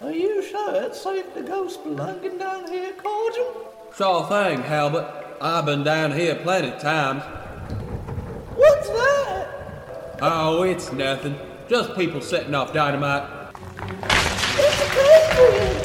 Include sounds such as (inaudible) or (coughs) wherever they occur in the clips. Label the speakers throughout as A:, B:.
A: Are you sure it's safe to go spelunking down here, Cordial?
B: Sure thing, Halbert. I've been down here plenty times.
A: What's that?
B: Oh, it's nothing. Just people setting off dynamite.
A: It's a bedroom!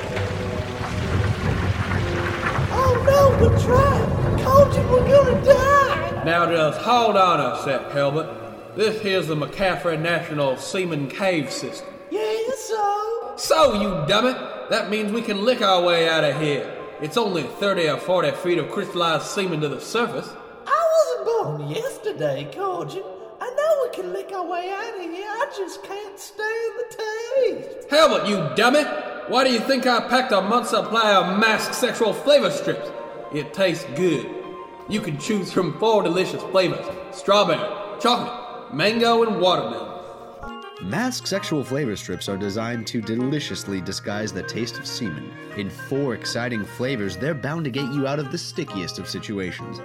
A: Oh no, the trap! Cordial, we're gonna die!
B: Now just hold on a sec, Halbert. This here's the McCaffrey National Seaman Cave System.
A: Yeah, so?
B: So, you dumbit, that means we can lick our way out of here. It's only 30 or 40 feet of crystallized semen to the surface.
A: I wasn't born yesterday, Cordial. I know we can lick our way out of here, I just can't stand the taste!
B: Halbert, you dumbit! Why do you think I packed a month supply of masked sexual flavor strips? It tastes good. You can choose from four delicious flavors strawberry, chocolate, mango, and watermelon.
C: Mask sexual flavor strips are designed to deliciously disguise the taste of semen. In four exciting flavors, they're bound to get you out of the stickiest of situations.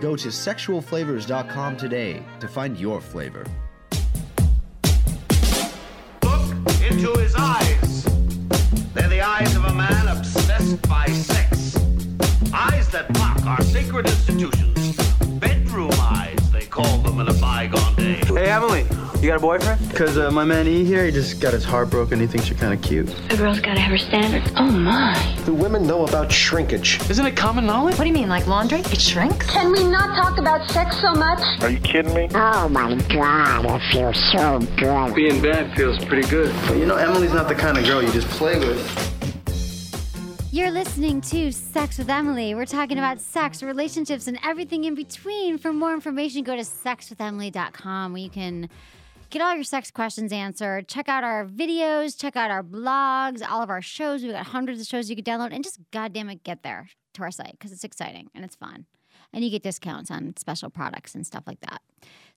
C: Go to sexualflavors.com today to find your flavor.
D: Look into his eyes. They're the eyes of a man obsessed by sex. Eyes that mock our sacred institutions. Bedroom eyes, they call them in a bygone day.
E: Hey, Emily, you got a boyfriend? Because uh, my man E here, he just got his heart broken. He thinks you're kind of cute.
F: A girl's gotta have her standards. Oh my.
G: Do women know about shrinkage?
E: Isn't it common knowledge?
H: What do you mean, like laundry? It shrinks?
I: Can we not talk about sex so much?
J: Are you kidding me?
K: Oh my god, it feels so good.
E: Being bad feels pretty good. But you know, Emily's not the kind of girl you just play with.
L: You're listening to Sex with Emily. We're talking about sex, relationships, and everything in between. For more information, go to sexwithemily.com where you can get all your sex questions answered. Check out our videos, check out our blogs, all of our shows. We've got hundreds of shows you could download, and just goddamn it, get there to our site because it's exciting and it's fun. And you get discounts on special products and stuff like that.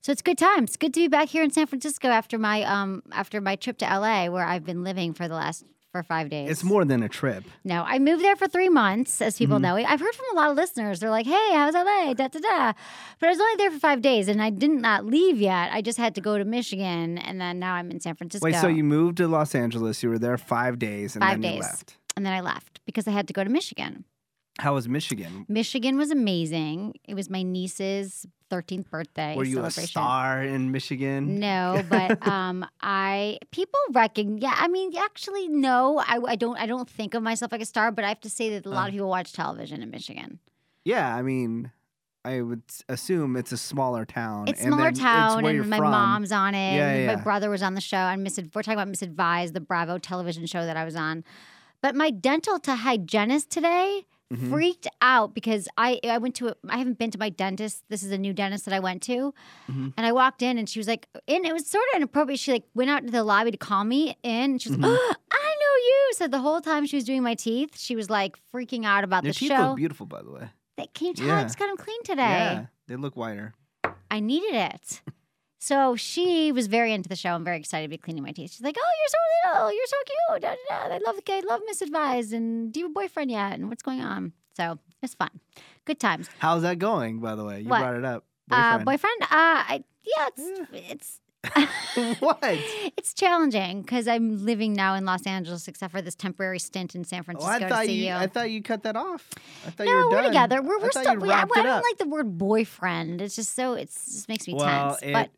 L: So it's good times. It's good to be back here in San Francisco after my um after my trip to LA where I've been living for the last for five days.
M: It's more than a trip.
L: No, I moved there for three months, as
M: Mm-hmm.
L: people know. I've heard from a lot of listeners. They're like, "Hey, how's LA?" Da da da. But I was only there for five days, and I did not leave yet. I just had to go to Michigan, and then now I'm in San Francisco.
M: Wait, so you moved to Los Angeles, you were there five days, and
L: five
M: then you
L: days,
M: left.
L: and then I left because I had to go to Michigan.
M: How was Michigan?
L: Michigan was amazing. It was my niece's 13th birthday
M: Were you a
L: celebration.
M: star in Michigan? (laughs)
L: No, but um, I people reckon. Yeah, I mean, actually, no, I, I don't. I don't think of myself like a star, but I have to say that a
M: Uh.
L: lot of people watch television in Michigan.
M: Yeah, I mean, I would s- assume it's a smaller town.
L: It's
M: and
L: smaller
M: then it's
L: town,
M: where you're
L: and my
M: from.
L: mom's on it.
M: Yeah,
L: and
M: yeah.
L: My brother was on the show, and Miss. We're talking about Misadvised, the Bravo television show that I was on. But my dental to hygienist today
M: Mm-hmm.
L: freaked out because I I went to a, I haven't been to my dentist. This is a new dentist that I went to,
M: Mm-hmm.
L: and I walked in, and she was like, and it was sort of inappropriate. She like went out into the lobby to call me in, and she was like,
M: Mm-hmm.
L: "Oh, I know you. So the whole time she was doing my teeth, she was like freaking out about
M: Your
L: the
M: teeth
L: show.
M: look beautiful, by the way.
L: That- Can you tell I
M: Yeah.
L: just got them clean today?
M: Yeah, they look whiter.
L: I needed it. So she was very into the show. I'm very excited to be cleaning my teeth. She's like, "Oh, you're so little. You're so cute. Da, da, da. I love I love misadvised. And do you have a boyfriend yet? And what's going on?" So it's fun, good times.
M: How's that going, by the way? You
L: What?
M: brought it up.
L: Uh, boyfriend? Uh, I, yeah, it's
M: (laughs) (laughs)
L: it's
M: what?
L: (laughs) it's challenging because I'm living now in Los Angeles, except for this temporary stint in San
M: Oh,
L: Francisco
M: I
L: to
M: thought
L: see
M: you,
L: you.
M: I thought you cut that off. I thought
L: no,
M: you were,
L: we're
M: done.
L: together. We're,
M: I
L: we're
M: thought
L: still.
M: you
L: we- I,
M: wrapped
L: I
M: it
L: don't
M: up.
L: like the word boyfriend. It's just so. It's it just makes me
M: well,
L: tense. but
M: it-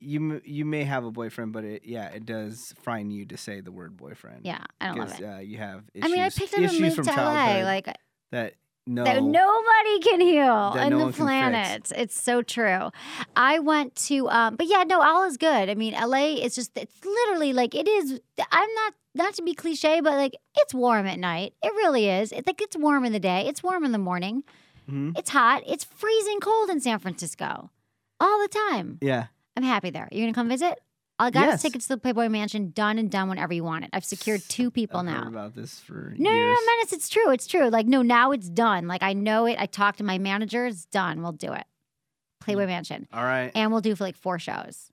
M: you m- you may have a boyfriend, but it yeah, it does fine you to say the word boyfriend.
L: yeah, I don't love it.
M: because uh, you have issues.
L: I mean, I picked up
M: issues
L: and moved to
M: from
L: LA.
M: childhood
L: Like
M: that. No,
L: that nobody can heal
M: That
L: in
M: no
L: the
M: one can
L: planet.
M: fix.
L: It's so true. I went to, um, but yeah, no, all is good. I mean, LA is just, it's literally like, it is, I'm not, not to be cliche, but like, it's warm at night. It really is. It's like, it's warm in the day, it's warm in the morning,
M: Mhm.
L: it's hot, it's freezing cold in San Francisco all the time.
M: Yeah,
L: I'm happy there. You're going to come visit? I got
M: Yes.
L: us tickets to the Playboy Mansion done and done whenever you want it. I've secured two people
M: I've
L: now.
M: heard about this for
L: No, no, no,
M: years.
L: Menace, it's true. It's true. Like, no, now it's done. Like, I know it. I talked to my manager. It's done. We'll do it.
M: Mm.
L: Playboy Mansion.
M: All right,
L: And we'll do for like four shows.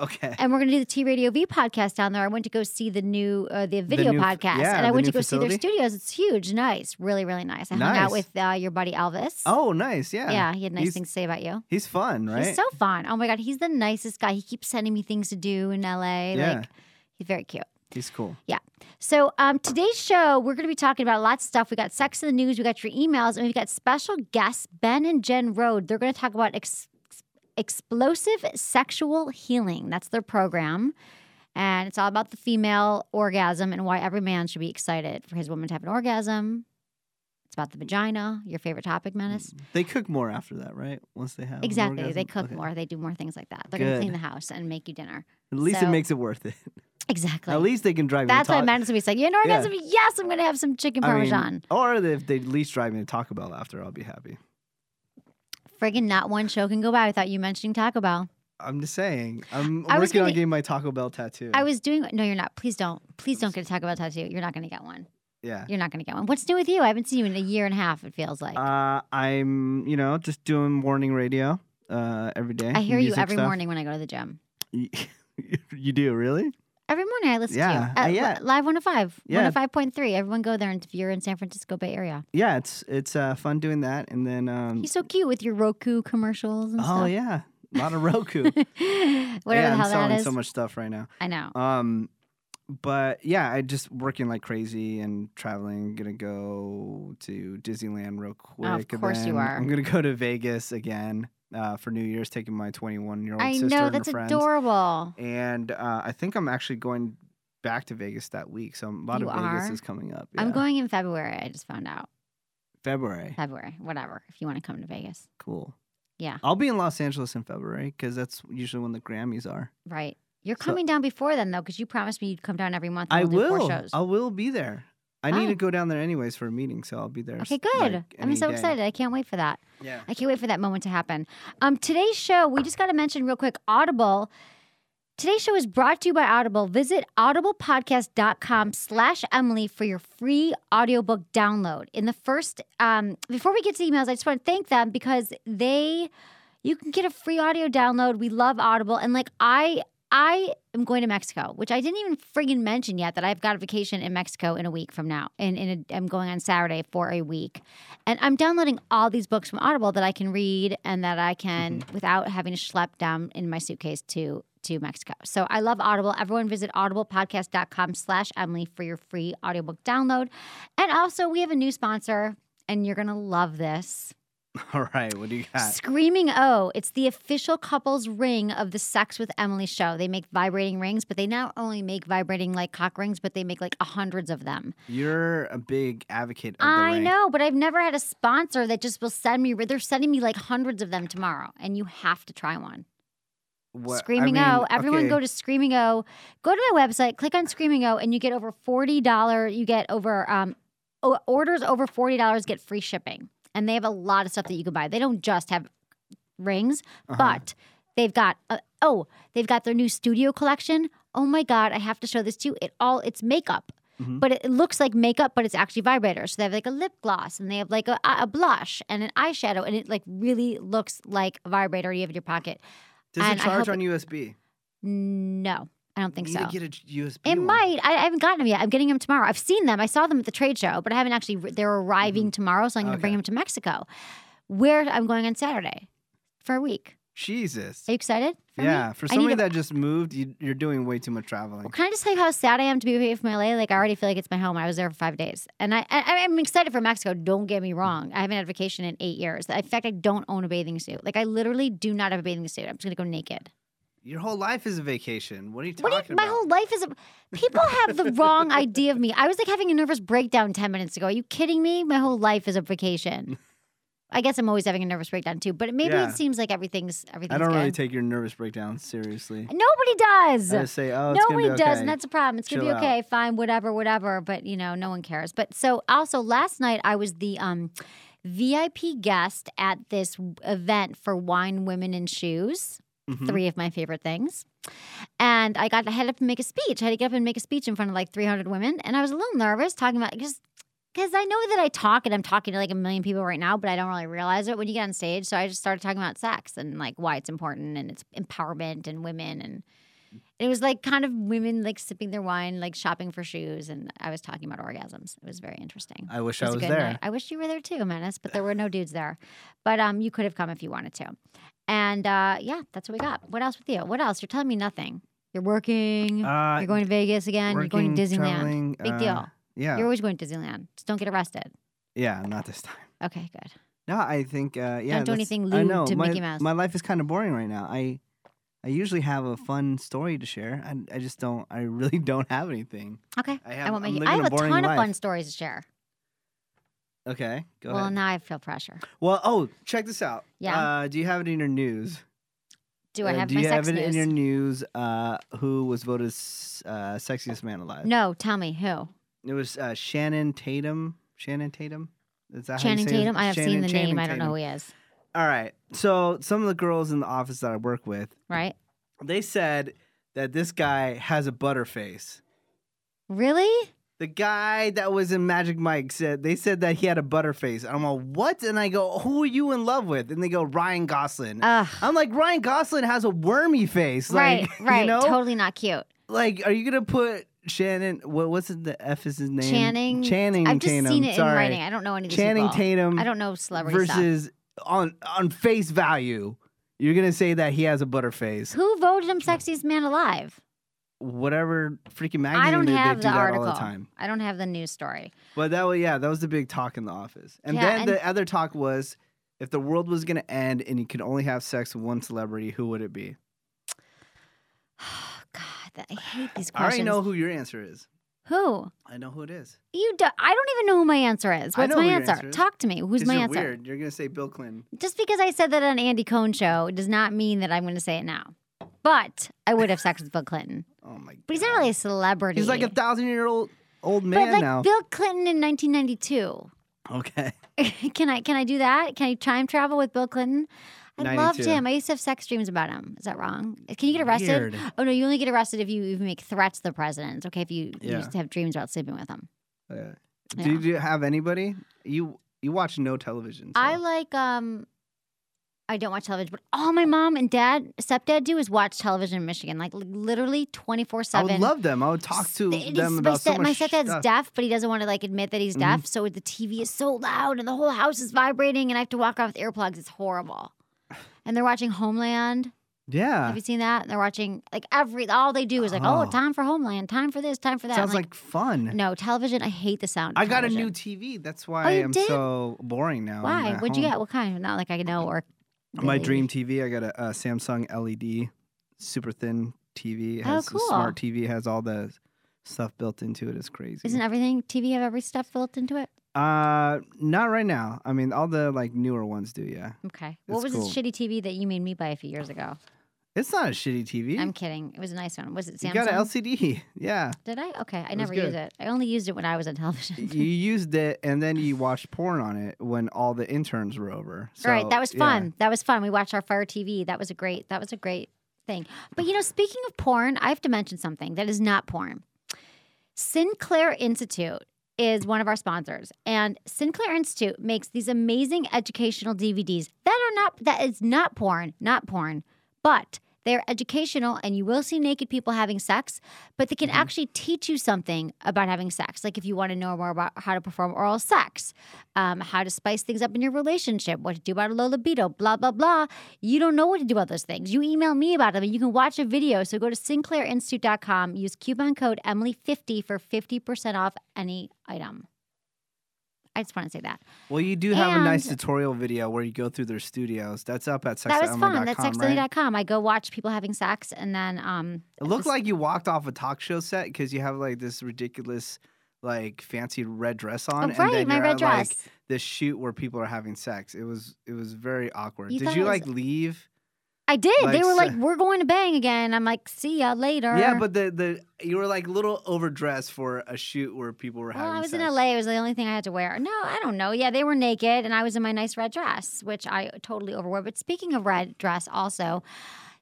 M: okay.
L: And we're going to do the T Radio V podcast down there. I went to go see the new, uh, the video
M: new f-
L: podcast.
M: yeah,
L: and I
M: the
L: went
M: new
L: to go see their
M: facility?
L: studios. It's huge. Nice. Really, really nice. I hung
M: Nice.
L: out with uh, your buddy Elvis.
M: (laughs) Oh, nice. Yeah,
L: Yeah, he had nice
M: He's-
L: things to say about you.
M: He's fun, right?
L: He's so fun. Oh my God. He's the nicest guy. He keeps sending me things to do in LA.
M: Yeah.
L: Like, he's very cute.
M: He's cool.
L: Yeah. So um, today's show, we're going to be talking about lots of stuff. We got sex in the news, we got your emails, and we've got special guests Ben and Jen Rode. They're going to talk about ex- explosive sexual healing. That's their program. And it's all about the female orgasm and why every man should be excited for his woman to have an orgasm. It's about the vagina, your favorite topic, Menace.
M: They cook more after that, right? Once they have Mm-hmm. an
L: Exactly. They
M: orgasm?
L: cook
M: Okay.
L: more. They do more things like that. They're going to
M: Good.
L: clean the house and make you dinner.
M: At least
L: So-
M: it makes it worth it.
L: Exactly.
M: At least they can drive.
L: That's
M: me
L: why
M: to talk.
L: Madison would be like, you know,
M: Yeah.
L: orgasm? Yes, I'm going to have some chicken
M: I mean,
L: parmesan.
M: or if they at least drive me to Taco Bell after, I'll be happy.
L: Friggin' not one show can go by without you mentioning Taco Bell.
M: I'm just saying. I'm
L: I was
M: working on
L: gonna-
M: getting my Taco Bell tattoo.
L: I was doing, no, you're not. Please don't. Please don't get a Taco Bell tattoo. You're not going to get one.
M: yeah.
L: You're not going to get one. What's new with you? I haven't seen you in a year and a half, it feels like.
M: Uh, I'm, you know, just doing morning radio uh, every day.
L: I hear you
M: music
L: every
M: stuff.
L: morning when I go to the gym.
M: Y- (laughs) you do really?
L: Every morning I listen
M: Yeah,
L: to you.
M: uh,
L: at Li-
M: yeah.
L: Live 105,
M: Yeah.
L: 105.3. Everyone go there and if you're in San Francisco Bay Area.
M: Yeah, it's it's uh, fun doing that, and then um,
L: He's so cute with your Roku commercials and
M: oh
L: stuff.
M: yeah, a lot of Roku. Whatever
L: (laughs) Whatever
M: yeah,
L: the
M: I'm
L: hell
M: selling
L: that is.
M: so much stuff right now.
L: I know.
M: Um, but yeah, I just working like crazy and traveling. Gonna go to Disneyland real quick.
L: Of
M: and
L: course you
M: then
L: are.
M: I'm gonna go to Vegas again uh, for New Year's, taking my 21 year old
L: I
M: sister
L: know.
M: and her
L: That's
M: friends.
L: adorable.
M: And uh, I think I'm actually going back to Vegas that week. So a lot
L: You
M: of Vegas
L: are?
M: is coming up.
L: I'm
M: yeah.
L: going in February. I just found out.
M: February.
L: February, whatever, if you want to come to Vegas.
M: Cool.
L: Yeah,
M: I'll be in Los Angeles in February because that's usually when the Grammys are.
L: right. You're
M: So-
L: coming down before then, though, because you promised me you'd come down every month. And
M: I
L: we'll do
M: will.
L: Four shows.
M: I will be there. I need
L: Fine.
M: to go down there anyways for a meeting, so I'll be there.
L: Okay,
M: s-
L: good.
M: like,
L: I'm
M: any
L: so
M: day.
L: excited. I can't wait for that.
M: Yeah.
L: I can't wait for that moment to happen. Um, today's show, we just got to mention real quick Audible. Today's show is brought to you by Audible. Visit audiblepodcast.com slash Emily for your free audiobook download. In the first, um, before we get to the emails, I just want to thank them because they, you can get a free audio download. We love Audible. And like, I, I am going to Mexico, which I didn't even friggin' mention yet that I've got a vacation in Mexico in a week from now. And, and I'm going on Saturday for a week. And I'm downloading all these books from Audible that I can read and that I can without having to schlep down in my suitcase to to Mexico. So I love Audible. Everyone visit audiblepodcast.com slash Emily for your free audiobook download. And also we have a new sponsor and you're gonna love this.
M: (laughs) All right. What do you got?
L: Screaming O. It's the official couples ring of the Sex with Emily show. They make vibrating rings, but they not only make vibrating like cock rings, but they make like hundreds of them.
M: You're a big advocate. Of the
L: I
M: ring.
L: know, but I've never had a sponsor that just will send me. They're sending me like hundreds of them tomorrow, and you have to try one.
M: What- I
L: Screaming O.
M: mean,
L: Everyone
M: okay,
L: go to Screaming O. Go to my website, click on Screaming O, and you get over forty dollar. You get over um, o- orders over forty dollars get free shipping, and they have a lot of stuff that you can buy. They don't just have rings,
M: Uh-huh.
L: but they've got uh, oh, they've got their new studio collection. Oh my god, I have to show this to you. It all it's makeup.
M: Mm-hmm.
L: But it it looks like makeup, but it's actually vibrators. So they have like a lip gloss, and they have like a, a blush and an eyeshadow, and it like really looks like a vibrator you have in your pocket.
M: Does
L: and
M: it
L: I
M: charge
L: hope
M: on USB?
L: No, I don't think
M: you
L: so.
M: need to get a j- USB.
L: It
M: one.
L: might. I, I haven't gotten them yet. I'm getting them tomorrow. I've seen them. I saw them at the trade show, but I haven't actually. They're
M: Mm-hmm.
L: arriving tomorrow, so I'm going to bring them to Mexico, where I'm going on Saturday for a week.
M: Jesus.
L: Are you excited? For me?
M: yeah. For
L: I need
M: somebody
L: to-
M: that just moved, you, you're doing way too much traveling.
L: Can I just tell you how sad I am to be away from LA? Like I already feel like it's my home. I was there for five days, and I, I I'm excited for Mexico. Don't get me wrong. I haven't had a vacation in eight years. In fact, I don't own a bathing suit. Like I literally do not have a bathing suit. I'm just going to go naked.
M: Your whole life is a vacation. What are you
L: What
M: talking
L: do you, my
M: about?
L: whole life is. A, people
M: (laughs)
L: have the wrong idea of me. I was like having a nervous breakdown ten minutes ago. Are you kidding me? My whole life is a vacation. I guess I'm always having a nervous breakdown too. But maybe
M: Yeah.
L: it seems like everything's everything's.
M: I don't
L: good.
M: really take your nervous breakdown seriously.
L: Nobody does.
M: I just say, oh, it's gonna
L: Nobody
M: be
L: does,
M: okay.
L: and that's a problem. It's gonna
M: Chill
L: be
M: out.
L: okay, fine, whatever, whatever. But you know, no one cares. But so also last night I was the um VIP guest at this event for wine, women, and shoes.
M: Mm-hmm.
L: Three of my favorite things. And I got I had to make a speech. I had to get up and make a speech in front of like 300 women, and I was a little nervous talking about because because I know that I talk and I'm talking to like a million people right now, but I don't really realize it when you get on stage. So I just started talking about sex and like why it's important and it's empowerment and women and it was like kind of women like sipping their wine, like shopping for shoes, and I was talking about orgasms. It was very interesting.
M: I wish
L: It
M: I
L: a
M: was
L: good
M: there.
L: night. I wish you were there too, Menace, but there were no dudes there. But um, you could have come if you wanted to. And uh, yeah, that's what we got. What else with you? What else? You're telling me nothing. You're working.
M: Uh,
L: you're going to Vegas again. you're going to
M: working,
L: Disneyland.
M: traveling,
L: Big
M: uh,
L: deal.
M: yeah.
L: You're always going to Disneyland. Just don't get arrested.
M: Yeah, not this time.
L: Okay, good.
M: No, I think uh, yeah.
L: Don't do
M: that's-
L: anything
M: I
L: lewd
M: know,
L: to
M: my,
L: Mickey Mouse.
M: My life is kind of boring right now. I I usually have a fun story to share. I, I just don't. I really (laughs) don't have anything.
L: Okay.
M: I have-
L: won't
M: I'm
L: make you.
M: living
L: I
M: a
L: have a
M: boring
L: ton of
M: life.
L: fun stories to share.
M: Okay, go
L: well,
M: ahead.
L: now I feel pressure.
M: Well, oh, check this out.
L: Yeah.
M: Uh, do you have it in your news?
L: Do I
M: Uh,
L: have
M: do
L: my
M: you
L: sex
M: have it in
L: news?
M: your news? Uh, who was voted s- uh, sexiest man alive?
L: No, tell me who.
M: It was uh, Shannon Tatum. Shannon Tatum. Is that
L: Channing
M: how you say
L: Tatum.
M: It?
L: I have seen
M: Shannon-
L: the
M: Channing
L: name. I don't know who
M: Tatum.
L: he is.
M: All right. So some of the girls in the office that I work with,
L: Right?
M: they said that this guy has a butterface.
L: Really?
M: The guy that was in Magic Mike said they said that he had a butterface. I'm all what? And I go, who are you in love with? And they go, Ryan Gosling.
L: Ugh.
M: I'm like, Ryan Gosling has a wormy face.
L: Uh, right.
M: like, (laughs)
L: Right.
M: You know?
L: Totally not cute.
M: Like, are you gonna put Shannon? What what's it, the F is his name?
L: Channing.
M: Channing.
L: I've just
M: Tatum,
L: seen it
M: sorry.
L: in writing. I don't know any of these
M: Channing
L: people.
M: Tatum
L: I don't know celebrity stuff.
M: versus on on face value. You're gonna say that he has a butterface.
L: Who voted him sexiest man alive?
M: Whatever freaking magazine
L: I don't
M: they, they
L: have
M: do
L: the
M: that
L: article.
M: all the time.
L: I don't have the news story.
M: But that was yeah, that was the big talk in the office. And
L: Yeah,
M: then
L: and-
M: the other talk was if the world was gonna end and you could only have sex with one celebrity, who would it be?
L: Oh, God, that- I hate these
M: I already
L: questions.
M: know who your answer is.
L: who.
M: I know who it is.
L: You do- I don't even know who my answer is.
M: I
L: What's
M: know
L: my
M: who your
L: answer?
M: answer is.
L: Talk to me. Who's
M: 'Cause
L: my
M: you're
L: answer?
M: Weird. You're gonna say Bill Clinton.
L: Just because I said that on Andy Cohen show does not mean that I'm going to say it now. But I would have sex with Bill Clinton.
M: Oh my god.
L: But he's not really a celebrity.
M: He's like a thousand year old old
L: but
M: man
L: like
M: now.
L: Bill Clinton in 1992.
M: (laughs) okay.
L: (laughs) can I can I do that? Can I time travel with Bill Clinton? I loved
M: 92.
L: him. I used to have sex dreams about him. Is that wrong? Can you get arrested?
M: Weird.
L: Oh no, you only get arrested if you even make threats to the president. It's okay if you, you
M: Yeah.
L: used to have dreams about sleeping with him.
M: Yeah.
L: Yeah.
M: Do you, do you have anybody? You you watch no television. so-
L: I like um I don't watch television, but all my mom and dad, stepdad do is watch television in Michigan. Like li- literally 24
M: I
L: 7.
M: would love them. I would talk to
L: It is-
M: them about
L: my,
M: so
L: step-
M: much
L: my
M: stuff.
L: stepdad's
M: Mm-hmm.
L: deaf, but he doesn't want to like admit that he's deaf. So the TV is so loud and the whole house is vibrating, and I have to walk around with earplugs. It's horrible. And they're watching Homeland. Have
M: Yeah.
L: you seen that? And they're watching like every all they do is like, oh,
M: Oh.
L: time for Homeland, time for this, time for that. I'm
M: Sounds like, fun.
L: no television. I hate the sound. of
M: I got a new
L: television. Oh,
M: TV. That's why
L: you
M: I'm
L: did?
M: so boring now. I'm
L: Why?
M: at
L: What'd you
M: home.
L: get? What kind? Not like I know or
M: My
L: the-
M: dream TV. I got a, a Samsung LED, super thin TV. It
L: Oh,
M: has a Smart
L: cool.
M: TV It has all the stuff built into it. It's crazy.
L: Isn't everything TV have every stuff built into it?
M: uh, not right now. I mean, all the like newer ones do. Yeah,
L: Okay. What was
M: It's
L: this shitty TV that you made me buy a few years ago?
M: it's not a shitty TV.
L: I'm kidding. It was a nice one. Was it
M: you
L: Samsung?
M: got an LCD. (laughs) Yeah,
L: Did I? Okay, I
M: was
L: never
M: good.
L: used it. I only used it when I was on (laughs) television.
M: you used it, and then you watched porn on it when all the interns were over. So,
L: All right, that was
M: yeah.
L: fun. That was fun. We watched our Fire TV. That was a great. That was a great thing. But you know, speaking of porn, I have to mention something that is not porn. Sinclair Institute is one of our sponsors, and Sinclair Institute makes these amazing educational DVDs that are not that is not porn, not porn, but they're educational and you will see naked people having sex, but they can
M: Mm-hmm.
L: actually teach you something about having sex. Like if you want to know more about how to perform oral sex, um, how to spice things up in your relationship, what to do about a low libido, blah, blah, blah. You don't know what to do about those things. You email me about them and you can watch a video. So go to sinclairinstitute.com, use coupon code Emily50 for 50% off any item. I just want to say that.
M: Well, you do have a nice
L: And-
M: tutorial video where you go through their studios. That's up at
L: that was fun.
M: sexemily.com,
L: That's
M: right?
L: sexily.com. I go watch people having sex and then um,
M: It looked
L: was-
M: like you walked off a talk show set because you have like this ridiculous, like fancy red dress on,
L: Oh, right,
M: and then
L: my
M: you're at
L: red
M: like
L: dress.
M: this shoot where people are having sex. It was it was very awkward.
L: You
M: Did
L: thought
M: you
L: it was-
M: like leave?
L: I did. they
M: Like,
L: were
M: so-
L: like, "We're going to bang again." I'm like, "See ya later."
M: Yeah, but the the you were like a little overdressed for a shoot where people were
L: well,
M: having.
L: I was
M: sex.
L: in LA. It was the only thing I had to wear. No, I don't know. Yeah, they were naked, and I was in my nice red dress, which I totally overwore. But speaking of red dress, also.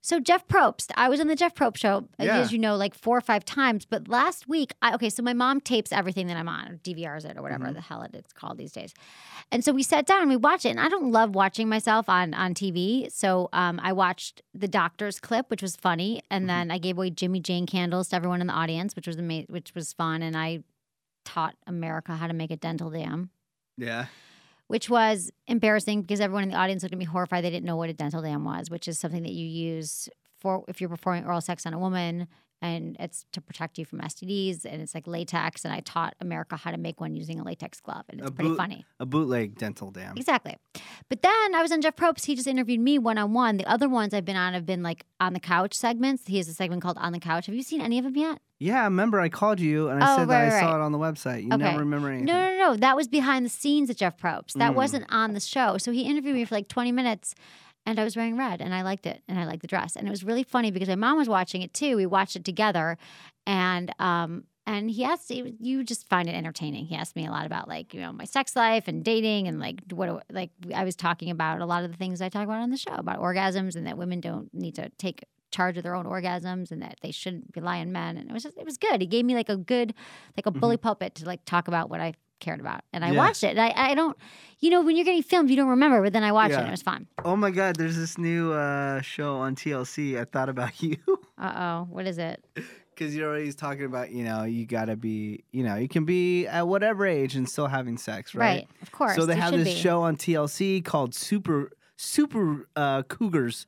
L: So Jeff Probst, I was on the Jeff Probst show, as-
M: Yeah.
L: as you know, like four or five times. But last week, I, okay, so my mom tapes everything that I'm on, or DVRs it, or whatever the hell it is called these days. And so we sat down and we watched it. And I don't love watching myself on on TV, so um, I watched the Doctor's clip, which was funny, and then I gave away Jimmy Jane candles to everyone in the audience, which was amazing, which was fun, and I taught America how to make a dental dam,
M: Yeah.
L: which was embarrassing because everyone in the audience looked at me horrified. They didn't know what a dental dam was, which is something that you use for if you're performing oral sex on a woman and it's to protect you from STDs, and it's like latex. And I taught America how to make one using a latex glove, and it's
M: A
L: pretty
M: boot-
L: funny.
M: A bootleg dental dam.
L: Exactly. But then I was on Jeff Probst. He just interviewed me one on one. The other ones I've been on have been like on the couch segments. He has a segment called On the Couch. Have you seen any of them yet?
M: Yeah, remember I called you and I
L: Oh,
M: said
L: right,
M: that I
L: right,
M: saw
L: right.
M: it on the website. You
L: Okay.
M: never remember anything.
L: No, no, no. That was behind the scenes at Jeff Probst. That
M: Mm.
L: wasn't on the show. So he interviewed me for like 20 minutes and I was wearing red and I liked it and I liked the dress. And it was really funny because my mom was watching it too. We watched it together and, um, and he asked, you just find it entertaining. He asked me a lot about like, you know, my sex life and dating and like what, do- like I was talking about a lot of the things I talk about on the show about orgasms and that women don't need to take charge of their own orgasms and that they shouldn't rely on men. And it was just, it was good. He gave me like a good, like a
M: Mm-hmm.
L: bully pulpit to like talk about what I cared about. And I
M: Yeah.
L: watched it. And I, I don't, you know, when you're getting filmed, you don't remember, but then I watched it
M: Yeah.
L: and it was fun.
M: Oh my God, there's this new uh, show on TLC. I thought about (laughs) you.
L: Uh oh, what is it?
M: Because you're always talking about, you know, you gotta be, you know, you can be at whatever age and still having sex, right?
L: Right, of course,
M: So they
L: you
M: have
L: should
M: this
L: be.
M: show on TLC called Super Super uh, Cougars.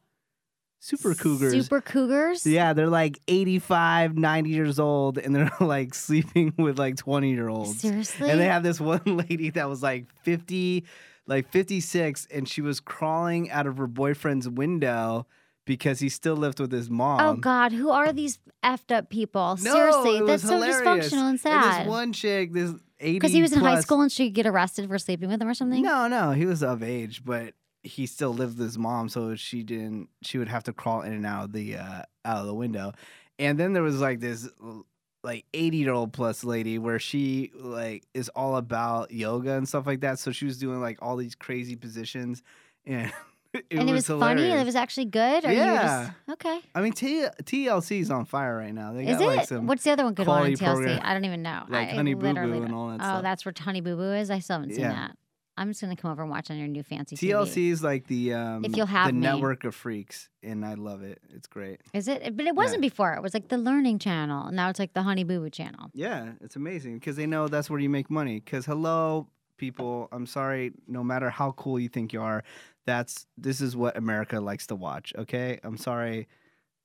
M: Super Cougars.
L: Super Cougars?
M: Yeah, they're like 85, 90 years old, and they're (laughs) like sleeping with like 20 year olds.
L: Seriously?
M: And they have this one (laughs) lady that was like 50, like 56, and she was crawling out of her boyfriend's window because he still lived with his mom.
L: Oh God, who are these effed up people?
M: No,
L: Seriously,
M: it was
L: that's so
M: hilarious.
L: dysfunctional and
M: this
L: sad.
M: one chick, this 80
L: Because he was in high
M: plus-
L: school and she could get arrested for sleeping with him or something.
M: No, no, he was of age, but he still lived with his mom, so she didn't. She would have to crawl in and out of the uh, out of the window. And then there was like this l- like eighty year old plus lady where she like is all about yoga and stuff like that. So she was doing like all these crazy positions, and (laughs) it
L: and it was, funny. and It
M: hilarious.
L: was actually good. Or you were just, okay.
M: I mean, T- TLC is on fire right now. They
L: Is
M: got
L: it?
M: like some
L: What's the other one good one
M: quality
L: on TLC?
M: program-
L: I don't even know.
M: like
L: I
M: Honey Boo
L: literally
M: Boo
L: don't-
M: and all that
L: oh,
M: stuff.
L: that's where Honey Boo Boo is. I still haven't seen
M: Yeah.
L: that. I'm just gonna come over and watch on your new fancy TV.
M: TLC is like the um,
L: you'll have
M: the
L: me.
M: network of freaks, and I love it. It's great.
L: Is it? But it wasn't before. It was like the Learning Channel. Now it's like the Honey Boo Boo Channel.
M: Yeah, it's amazing because they know that's where you make money. Because hello, people, I'm sorry, no matter how cool you think you are, that's this is what America likes to watch. Okay, I'm sorry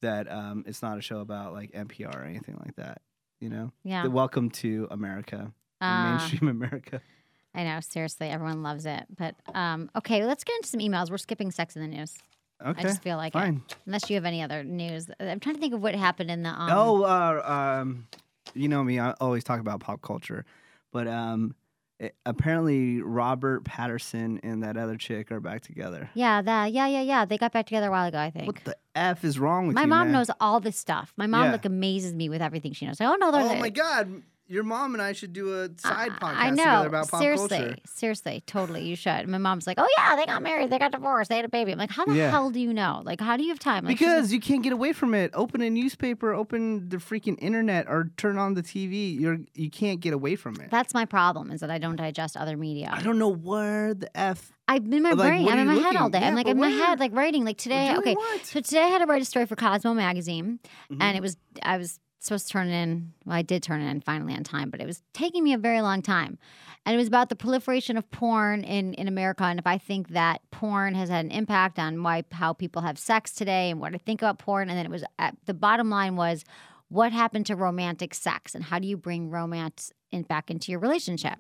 M: that um, it's not a show about like NPR or anything like that. You know,
L: Yeah.
M: The welcome to America, or
L: Ah.
M: mainstream (laughs) America.
L: I know. Seriously, everyone loves it. But um, okay, let's get into some emails. We're skipping sex in the news.
M: Okay,
L: I just feel like it.
M: fine.
L: Unless you have any other news, I'm trying to think of what happened in the. Um,
M: oh, uh, um, you know me. I always talk about pop culture, but um, it, apparently Robert Patterson and that other chick are back together.
L: Yeah, that. Yeah, yeah, yeah. They got back together a while ago, I think.
M: What the f is wrong with
L: My
M: you?
L: mom
M: man?
L: knows all this stuff. My mom
M: Yeah.
L: like amazes me with everything she knows. Like, oh no, they're
M: Oh
L: they're-
M: my god, your mom and I should do a side podcast
L: I know.
M: together about pop
L: seriously,
M: culture.
L: seriously, totally, you should. My mom's like, oh yeah, they got married, they got divorced, they had a baby. I'm like, how the
M: Yeah.
L: hell do you know? Like, how do you have time? Like, she's like,
M: Because you can't get away from it. Open a newspaper, open the freaking internet, or turn on the TV. You're you can't get away from it.
L: that's my problem is that I don't digest other media.
M: I don't know where the f.
L: I'm in my
M: Like,
L: brain.
M: what
L: I'm
M: are
L: in my
M: you
L: head all
M: looking-
L: day. I'm
M: yeah,
L: like
M: but
L: in my
M: what are-
L: head, like writing, like today.
M: doing
L: Okay,
M: what?
L: so today I had to write a story for Cosmo magazine,
M: Mhm.
L: and it was I was supposed to turn it in. Well, I did turn it in finally on time, but it was taking me a very long time, and it was about the proliferation of porn in in America, and if I think that porn has had an impact on why how people have sex today, and what I think about porn, and then it was at, the bottom line was what happened to romantic sex and how do you bring romance in, back into your relationship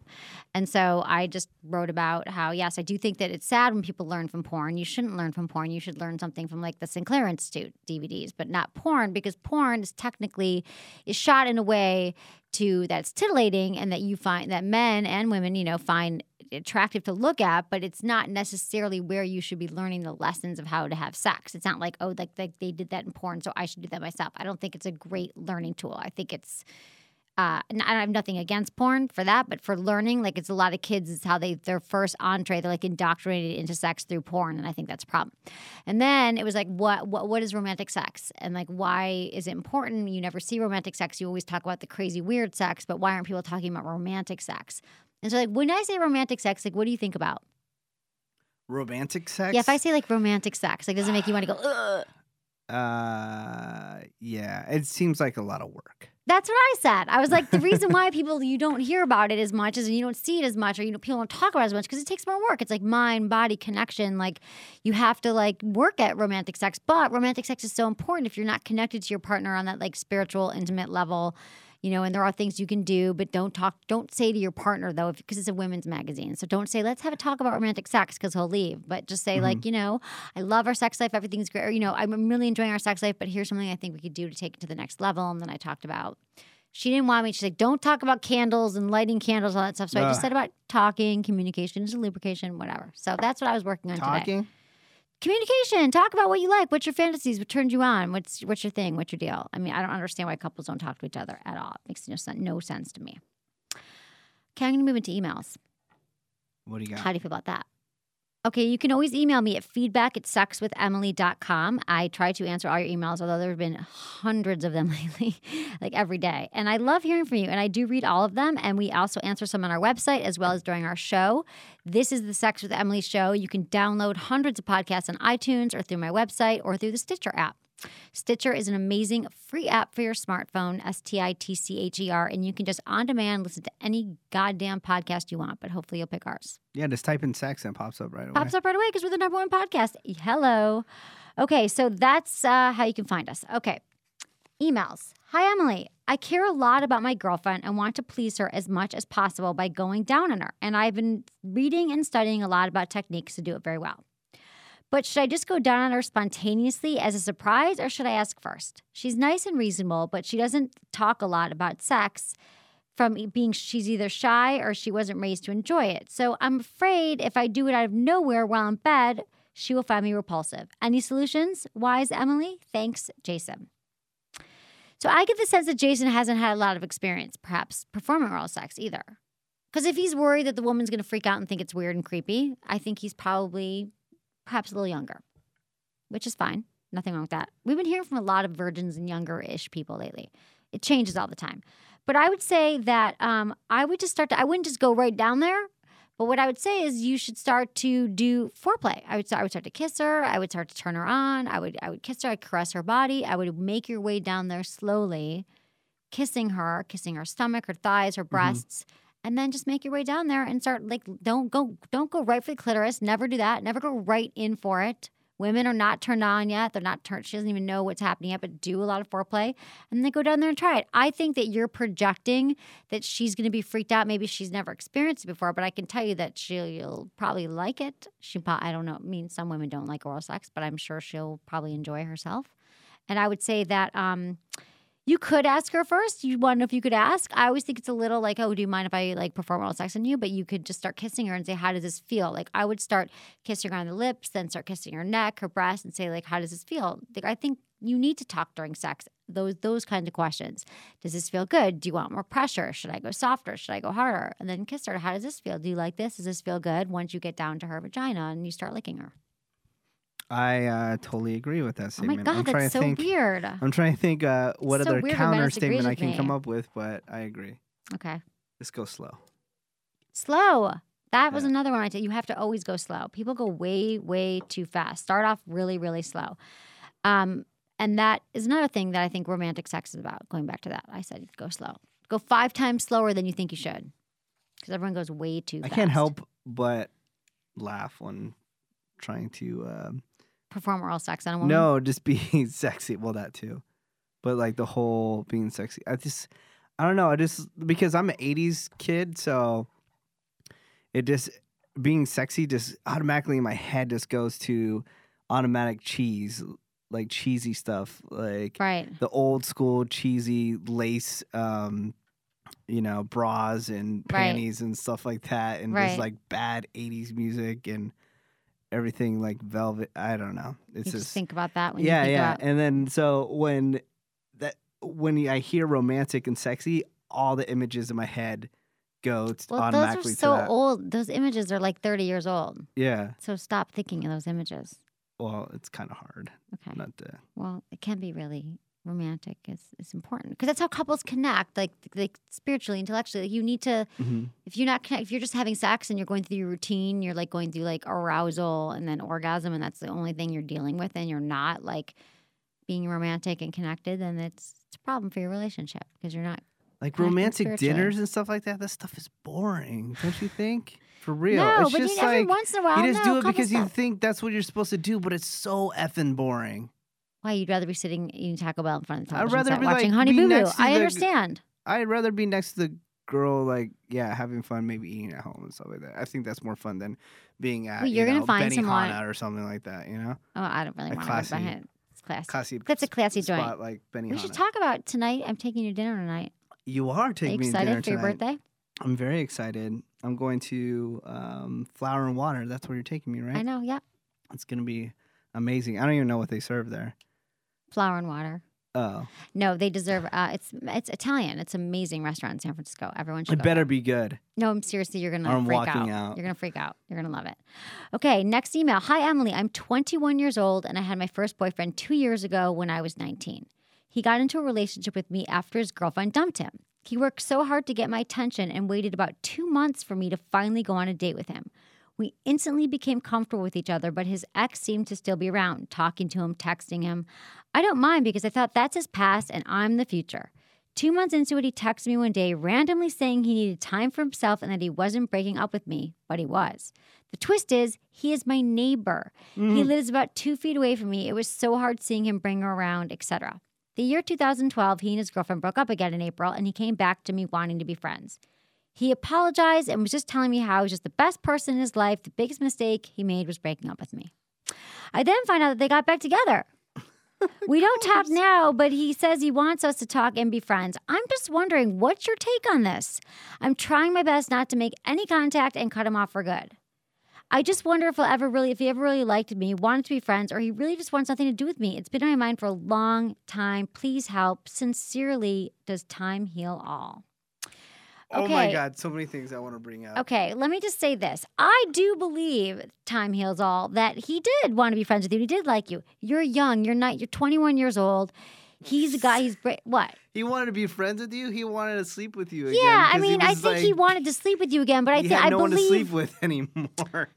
L: and so i just wrote about how yes i do think that it's sad when people learn from porn you shouldn't learn from porn you should learn something from like the sinclair institute dvds but not porn because porn is technically is shot in a way to that's titillating and that you find that men and women you know find attractive to look at but it's not necessarily where you should be learning the lessons of how to have sex it's not like oh like they, they did that in porn so i should do that myself i don't think it's a great learning tool i think it's uh, and I have nothing against porn for that, but for learning, like it's a lot of kids, it's how they their first entree, they're like indoctrinated into sex through porn, and I think that's a problem. And then it was like, what what what is romantic sex, and like why is it important? You never see romantic sex, you always talk about the crazy weird sex, but why aren't people talking about romantic sex? And so like when I say romantic sex, like what do you think about?
M: Romantic sex.
L: Yeah, if I say like romantic sex, like does it make you want to go? Ugh?
M: Uh, yeah, it seems like a lot of work.
L: That's what I said. I was like, the reason why people you don't hear about it as much is you don't see it as much, or you don't, people don't talk about it as much because it takes more work. It's like mind body connection. Like you have to like work at romantic sex, but romantic sex is so important if you're not connected to your partner on that like spiritual, intimate level. You know, and there are things you can do, but don't talk, don't say to your partner though, because it's a women's magazine. So don't say, let's have a talk about romantic sex because he'll leave. But just say, like, you know, I love our sex life. Everything's great. Or, you know, I'm really enjoying our sex life, but here's something I think we could do to take it to the next level. And then I talked about she didn't want me. She's like, don't talk about candles and lighting candles, all that stuff. So I just
M: Ugh.
L: said about talking, communication, just lubrication, whatever. So that's what I was working on today.
M: Talking.
L: Communication. Talk about what you like. What's your fantasies? What turned you on? What's what's your thing? What's your deal? I mean, I don't understand why couples don't talk to each other at all. It makes no sense, no sense to me. Okay, I'm gonna move into emails.
M: What do you got?
L: How do you feel about that? Okay, you can always email me at feedback at sexwithemily.com. I try to answer all your emails, although there have been hundreds of them (laughs) lately, like every day. And I love hearing from you, and I do read all of them. And we also answer some on our website as well as during our show. This is the Sex with Emily show. You can download hundreds of podcasts on iTunes or through my website or through the Stitcher app. Stitcher is an amazing free app for your smartphone, S T I T C H E R, and you can just on demand listen to any goddamn podcast you want, but hopefully you'll pick ours.
M: Yeah, just type in sex and it pops up right away.
L: Pops up right away because we're the number one podcast. Hello. Okay, so that's uh, how you can find us. Okay. Emails. Hi, Emily. I care a lot about my girlfriend and want to please her as much as possible by going down on her. And I've been reading and studying a lot about techniques to do it very well. But should I just go down on her spontaneously as a surprise or should I ask first? She's nice and reasonable, but she doesn't talk a lot about sex from e- being she's either shy or she wasn't raised to enjoy it. So I'm afraid if I do it out of nowhere while in bed, she will find me repulsive. Any solutions? Wise Emily? Thanks, Jason. So I get the sense that Jason hasn't had a lot of experience, perhaps performing oral sex either. Because if he's worried that the woman's going to freak out and think it's weird and creepy, I think he's probably perhaps a little younger, which is fine. Nothing wrong with that. We've been hearing from a lot of virgins and younger ish people lately. It changes all the time. But I would say that um, I would just start to, I wouldn't just go right down there. But what I would say is you should start to do foreplay. I would, start, I would start to kiss her. I would start to turn her on. I would, I would kiss her. I'd caress her body. I would make your way down there slowly, kissing her, kissing her stomach, her thighs, her breasts. And then just make your way down there and start like don't go don't go right for the clitoris. Never do that. Never go right in for it. Women are not turned on yet. They're not turned. She doesn't even know what's happening yet, but do a lot of foreplay and then go down there and try it. I think that you're projecting that she's going to be freaked out. Maybe she's never experienced it before, but I can tell you that she'll you'll probably like it. She, po- I don't know. I mean, some women don't like oral sex, but I'm sure she'll probably enjoy herself. And I would say that um, you could ask her first. You want to know if you could ask. I always think it's a little like, oh, do you mind if I like perform oral sex on you? But you could just start kissing her and say, how does this feel? Like I would start kissing her on the lips, then start kissing her neck, her breast, and say like, how does this feel? Like, I think you need to talk during sex. Those those kinds of questions. Does this feel good? Do you want more pressure? Should I go softer? Should I go harder? And then kiss her. How does this feel? Do you like this? Does this feel good? Once you get down to her vagina and you start licking her.
M: I uh, totally agree with that
L: Oh my
M: statement. I'm trying
L: god, that's
M: to
L: so
M: think,
L: weird.
M: I'm trying to think uh, what
L: So
M: other
L: weird when
M: counter
L: Menace agrees
M: statement I
L: with
M: can come
L: me.
M: up with, but I agree.
L: Okay.
M: Let's go slow.
L: Slow. That was
M: Yeah.
L: another one I did. You have to always go slow. People go way, way too fast. Start off really, really slow. Um, and that is another thing that I think romantic sex is about. Going back to that, I said go slow. Go five times slower than you think you should, because everyone goes way too.
M: I
L: fast.
M: can't help but laugh when trying to um,
L: perform oral sex on a woman.
M: no, just (laughs) being sexy. Well, that too, but like the whole being sexy. I just, I don't know. I just because I'm an '80s kid, so it just being sexy just automatically in my head just goes to automatic cheese, like cheesy stuff, like
L: right?
M: the old school cheesy lace um you know bras and
L: Right.
M: panties and stuff like that and
L: Right.
M: just like bad 80s music and everything like velvet i don't know it's
L: you
M: just,
L: just think about that when
M: yeah
L: you think
M: yeah
L: about
M: and then so when that when i hear romantic and sexy all the images in my head go t-
L: well, those are
M: automatically
L: so
M: to that
L: old. Those images are like 30 years old.
M: yeah
L: So stop thinking of those images.
M: well it's kind of hard
L: Okay.
M: not to
L: well, it can be really romantic. It's it's important because that's how couples connect, like like spiritually, intellectually. Like you need to
M: Mhm.
L: if you're not connect, if you're just having sex and you're going through your routine, you're like going through like arousal and then orgasm, and that's the only thing you're dealing with, and you're not like being romantic and connected, then it's, it's a problem for your relationship because you're not
M: Like
L: connecting
M: romantic
L: spiritually.
M: dinners and stuff like that. That stuff is boring, don't you think? For real,
L: No,
M: it's
L: but you-
M: just
L: every
M: like
L: once in a while,
M: you just
L: no,
M: do it
L: couple
M: because you
L: stuff.
M: think that's what you're supposed to do, but it's so effing boring.
L: Why you'd rather be sitting eating Taco Bell in front of the
M: I'd
L: television
M: rather
L: set
M: be,
L: watching
M: like,
L: Honey
M: be
L: Boo Boo.
M: next to
L: I
M: the-
L: understand.
M: I'd rather be next to the girl, like yeah, having fun, maybe eating at home and stuff like that. I think that's more fun than being at
L: Well, you're
M: you
L: gonna
M: know,
L: find someone-
M: Benihana or something like that. You know,
L: Oh, I don't really
M: A
L: want
M: classy-
L: to go behind. It's classy.
M: classy.
L: That's a classy joint.
M: spot like Benihana.
L: We should talk about tonight. I'm taking you to dinner tonight.
M: You are
L: Are you
M: taking me to
L: excited
M: dinner
L: for your
M: tonight.
L: birthday?
M: I'm very excited. I'm going to um, Flower and Water. That's where you're taking me, right?
L: I know. Yep.
M: It's gonna be amazing. I don't even know what they serve there.
L: Flour and water.
M: Oh,
L: No, they deserve. Uh, it's it's Italian. It's an amazing restaurant in San Francisco. Everyone should.
M: it
L: go
M: better be good.
L: No, I'm seriously, you're gonna
M: I'm
L: freak
M: walking
L: out.
M: out.
L: You're gonna freak out. You're gonna love it. Okay, next email. Hi Emily, I'm 21 years old and I had my first boyfriend two years ago when I was 19. He got into a relationship with me after his girlfriend dumped him. He worked so hard to get my attention and waited about two months for me to finally go on a date with him. We instantly became comfortable with each other, but his ex seemed to still be around, talking to him, texting him. I don't mind because I thought that's his past and I'm the future. Two months into it, he texted me one day, randomly saying he needed time for himself and that he wasn't breaking up with me, but he was. The twist is, he is my neighbor. He lives about two feet away from me. It was so hard seeing him bring her around, etc. The year 2012, he and his girlfriend broke up again in April, and he came back to me wanting to be friends. He apologized and was just telling me how I was just the best person in his life. The biggest mistake he made was breaking up with me. I then find out that they got back
M: (laughs)
L: together. We don't talk now, but he says he wants us to talk and be friends. I'm just wondering, what's your take on this? I'm trying my best not to make any contact and cut him off for good. I just wonder if he'll ever really, if he ever really liked me, wanted to be friends, or he really just wants nothing to do with me. It's been on my mind for a long time. Please help. Sincerely, does time heal all?
M: Oh my
L: Okay. Oh.
M: god, so many things I want to bring up.
L: Okay, let me just say this. I do believe time heals all that he did want to be friends with you. He did like you. You're young. You're not. You're 21 years old. He's a guy. He's bra- what?
M: He wanted to be friends with you. He wanted to sleep with you. again
L: Yeah, I
M: 'cause he
L: mean, I
M: was
L: think he
M: like-
L: wanted to sleep with you again, but I
M: he
L: think
M: had
L: I
M: no one to sleep
L: believe
M: with (laughs) anymore.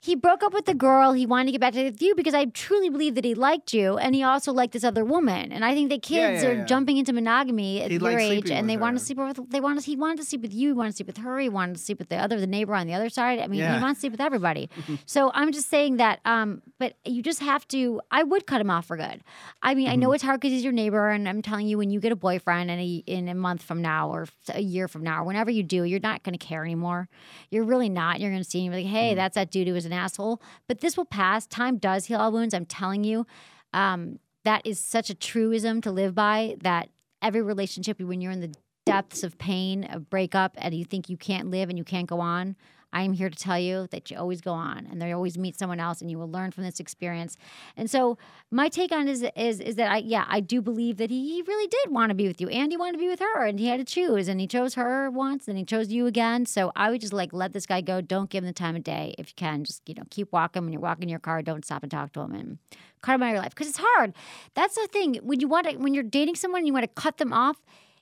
L: he broke up with the girl. He wanted to get back to with you because I truly believe that he liked you, and he also liked this other woman. And I think that
M: Yeah,
L: kids
M: yeah,
L: are
M: yeah.
L: jumping into monogamy at
M: He
L: your
M: liked
L: age,
M: sleeping
L: and
M: with
L: they want
M: her.
L: to sleep with. They want to. He wanted to sleep with you. He wanted to sleep with her. He wanted to sleep with the other, the neighbor on the other side. I mean,
M: Yeah.
L: he wants to sleep with everybody. so I'm just saying that. Um, but you just have to. I would cut him off for good. I mean, I know it's hard because he's your neighbor, and I'm telling you, when you get a boyfriend in a, in a month from now or a year from now, or whenever you do, you're not going to care anymore. You're really not. You're going to see him and be like, hey, that's that dude who was an asshole. But this will pass. Time does heal all wounds. I'm telling you, um, that is such a truism to live by. That every relationship, when you're in the depths of pain, a breakup, and you think you can't live and you can't go on. I am here to tell you that you always go on, and they always meet someone else, and you will learn from this experience. And so, my take on is is is that I yeah I do believe that he, he really did want to be with you, and he wanted to be with her, and he had to choose, and he chose her once, and he chose you again. So I would just like let this guy go. Don't give him the time of day if you can. Just you know keep walking when you're walking your car. Don't stop and talk to him and cut him out of your life because it's hard. That's the thing when you want to when you're dating someone, and you want to cut them off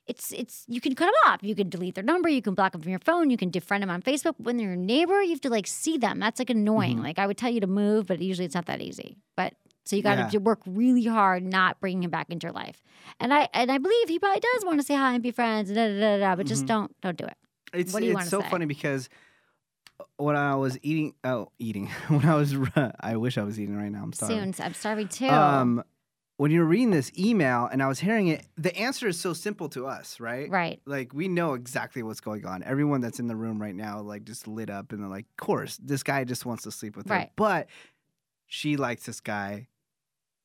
L: it's it's you can cut them off. You can delete their number. You can block them from your phone. You can defriend them on Facebook. When they're your neighbor, you have to like see them. That's like annoying.
M: Mm-hmm.
L: Like I would tell you to move, but usually it's not that easy. But so you got to
M: Yeah.
L: work really hard not bringing him back into your life. And I and I believe he probably does want to say hi and be friends. Da, da, da, da, da, but just
M: Mhm.
L: don't don't do it.
M: It's
L: What do you
M: it's
L: wanna
M: so
L: say?
M: funny because when I was eating, oh, eating (laughs) when I was, I wish I was eating right now. I'm sorry.
L: Soon I'm starving too.
M: Um, when you were reading this email and I was hearing it, the answer is so simple to us, right?
L: right.
M: Like we know exactly what's going on. Everyone that's in the room right now, like just lit up and they're like, "Of course, this guy just wants to sleep with her."
L: Right.
M: But she likes this guy,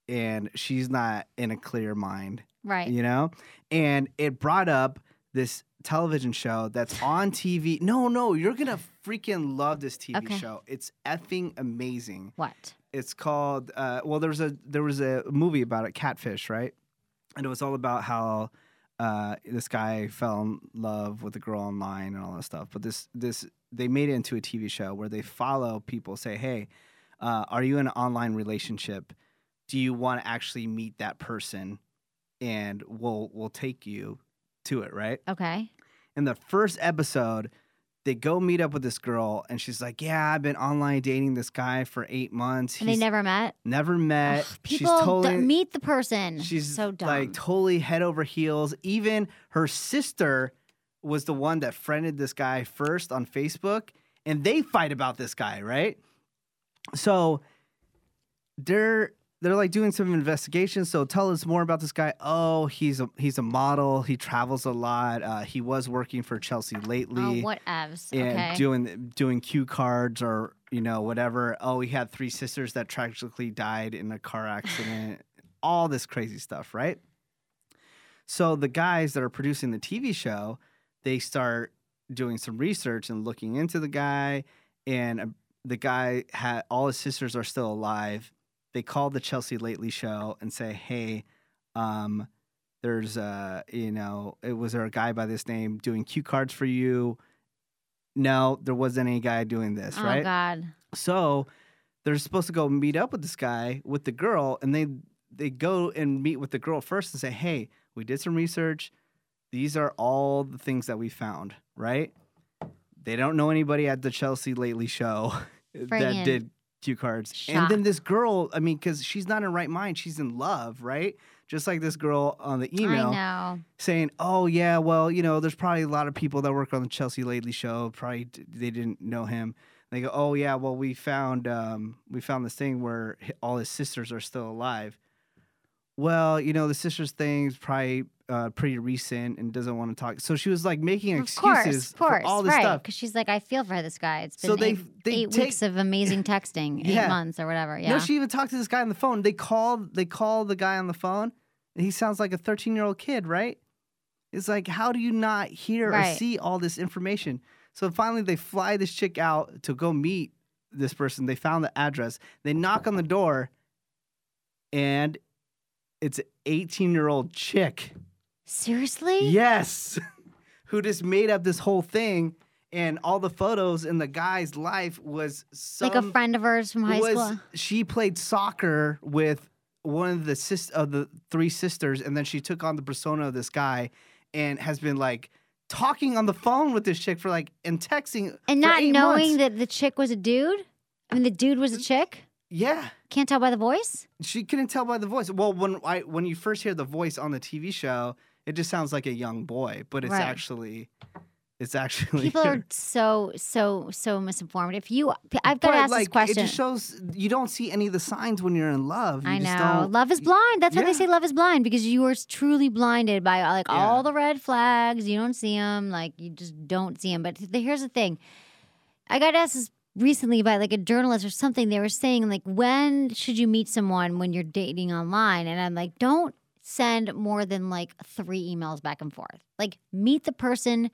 M: and she's not in a clear mind
L: Right.
M: you know and it brought up this television show that's on tv no no you're gonna freaking love this tv
L: Okay.
M: show it's effing amazing
L: What?
M: it's called uh, well there was a there was a movie about it catfish right and it was all about how uh, this guy fell in love with a girl online and all that stuff but this this they made it into a tv show where they follow people say hey uh, are you in an online relationship do you want to actually meet that person and we'll we'll take you to it right
L: Okay.
M: in the first episode They go meet up with this girl, and she's like, "Yeah, I've been online dating this guy for eight months.
L: And they
M: He's
L: never met.
M: never met.
L: People
M: she's
L: d-
M: totally
L: meet the person.
M: she's
L: so dumb.
M: like totally head over heels. Even her sister was the one that friended this guy first on Facebook, and they fight about this guy, right? So they're they're like doing some investigation. So tell us more about this guy. Oh, he's a he's a model. He travels a lot. Uh, he was working for Chelsea lately
L: oh, what evs?
M: and
L: Okay.
M: doing doing cue cards or you know whatever. Oh, we had three sisters that tragically died in a car accident. All this crazy stuff, right? So the guys that are producing the TV show, they start doing some research and looking into the guy, and uh, the guy had all his sisters are still alive. They call the Chelsea Lately show and say, "Hey, um, there's uh, you know, it was there a guy by this name doing cue cards for you? No, there wasn't any guy doing this,
L: oh
M: right?
L: God.
M: So they're supposed to go meet up with this guy with the girl, and they they go and meet with the girl first and say, "Hey, we did some research. These are all the things that we found." Right? They don't know anybody at the Chelsea Lately show (laughs)
L: Bring
M: that
L: in.
M: did cue cards, and then this girl. I mean, because she's not in her right mind. She's in love, right? Just like this girl on the email
L: I know.
M: saying, "Oh yeah, well, you know, there's probably a lot of people that work on the Chelsea Lately show. Probably d- they didn't know him." And they go, "Oh yeah, well, we found um, we found this thing where hi- all his sisters are still alive." Well, you know, the sisters thing's probably uh, pretty recent and doesn't want to talk. So she was like making
L: Of course,
M: excuses
L: of course,
M: for all this
L: right?
M: stuff.
L: Because she's like, I feel for this guy. It's been
M: So
L: eight,
M: they- they
L: eight
M: take-
L: weeks of amazing texting, eight
M: Yeah.
L: months or whatever. Yeah.
M: No, she even talked to this guy on the phone. They call they call the guy on the phone, and he sounds like a 13 year old kid, right? It's like, how do you not hear
L: Right.
M: or see all this information? So finally they fly this chick out to go meet this person. They found the address. They knock on the door, and it's an 18 year old chick.
L: Seriously?
M: Yes. (laughs) Who just made up this whole thing and all the photos in the guy's life was some
L: like a friend of hers from high
M: um, was
L: school.
M: she played soccer with one of the sis of the three sisters, and then she took on the persona of this guy, and has been like talking on the phone with this chick for like and texting
L: And
M: for
L: not
M: eight
L: knowing
M: months. Mm-hmm.
L: that the chick was a dude? I mean, the dude was a chick?
M: Yeah,
L: Can't tell by
M: (laughs)
L: the voice?
M: she couldn't tell by the voice. Well, when I when you first hear the voice on the TV show, it just sounds like a young boy, but it's
L: Right.
M: actually it's actually
L: People
M: her.
L: are
M: (laughs)
L: so, so, so misinformed. If you, I've got
M: But,
L: to ask
M: like,
L: this question.
M: It just shows you don't see any of the signs when you're in love. You
L: I
M: just
L: know.
M: Don't,
L: Love is blind. That's why they
M: Yeah.
L: say love is blind because you are truly blinded by like
M: Yeah.
L: all the red flags. You don't see them. Like you just don't see them. But th- here's the thing. I got asked this recently by like a journalist or something. They were saying like, when should you meet someone when you're dating online? And I'm like, don't send more than like three emails back and forth. Like meet the person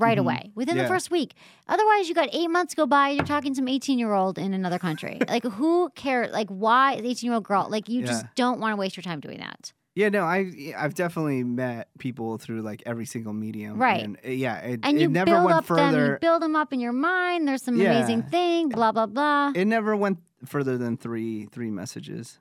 L: right
M: Mhm.
L: away within the
M: Yeah.
L: first week. Otherwise, you got eight months go by. You're talking to some 18 year old in another
M: (laughs)
L: country. like who cares? Like why 18 year old girl? Like you just
M: Yeah.
L: don't want to waste your time doing that.
M: Yeah, no, I I've definitely met people through like every single medium.
L: Right.
M: And uh, yeah, it,
L: And
M: it
L: you
M: never
L: build
M: went
L: up them. You
M: further.
L: build them up in your mind. There's some amazing
M: Yeah.
L: thing. Blah blah blah.
M: it never went further than three three messages.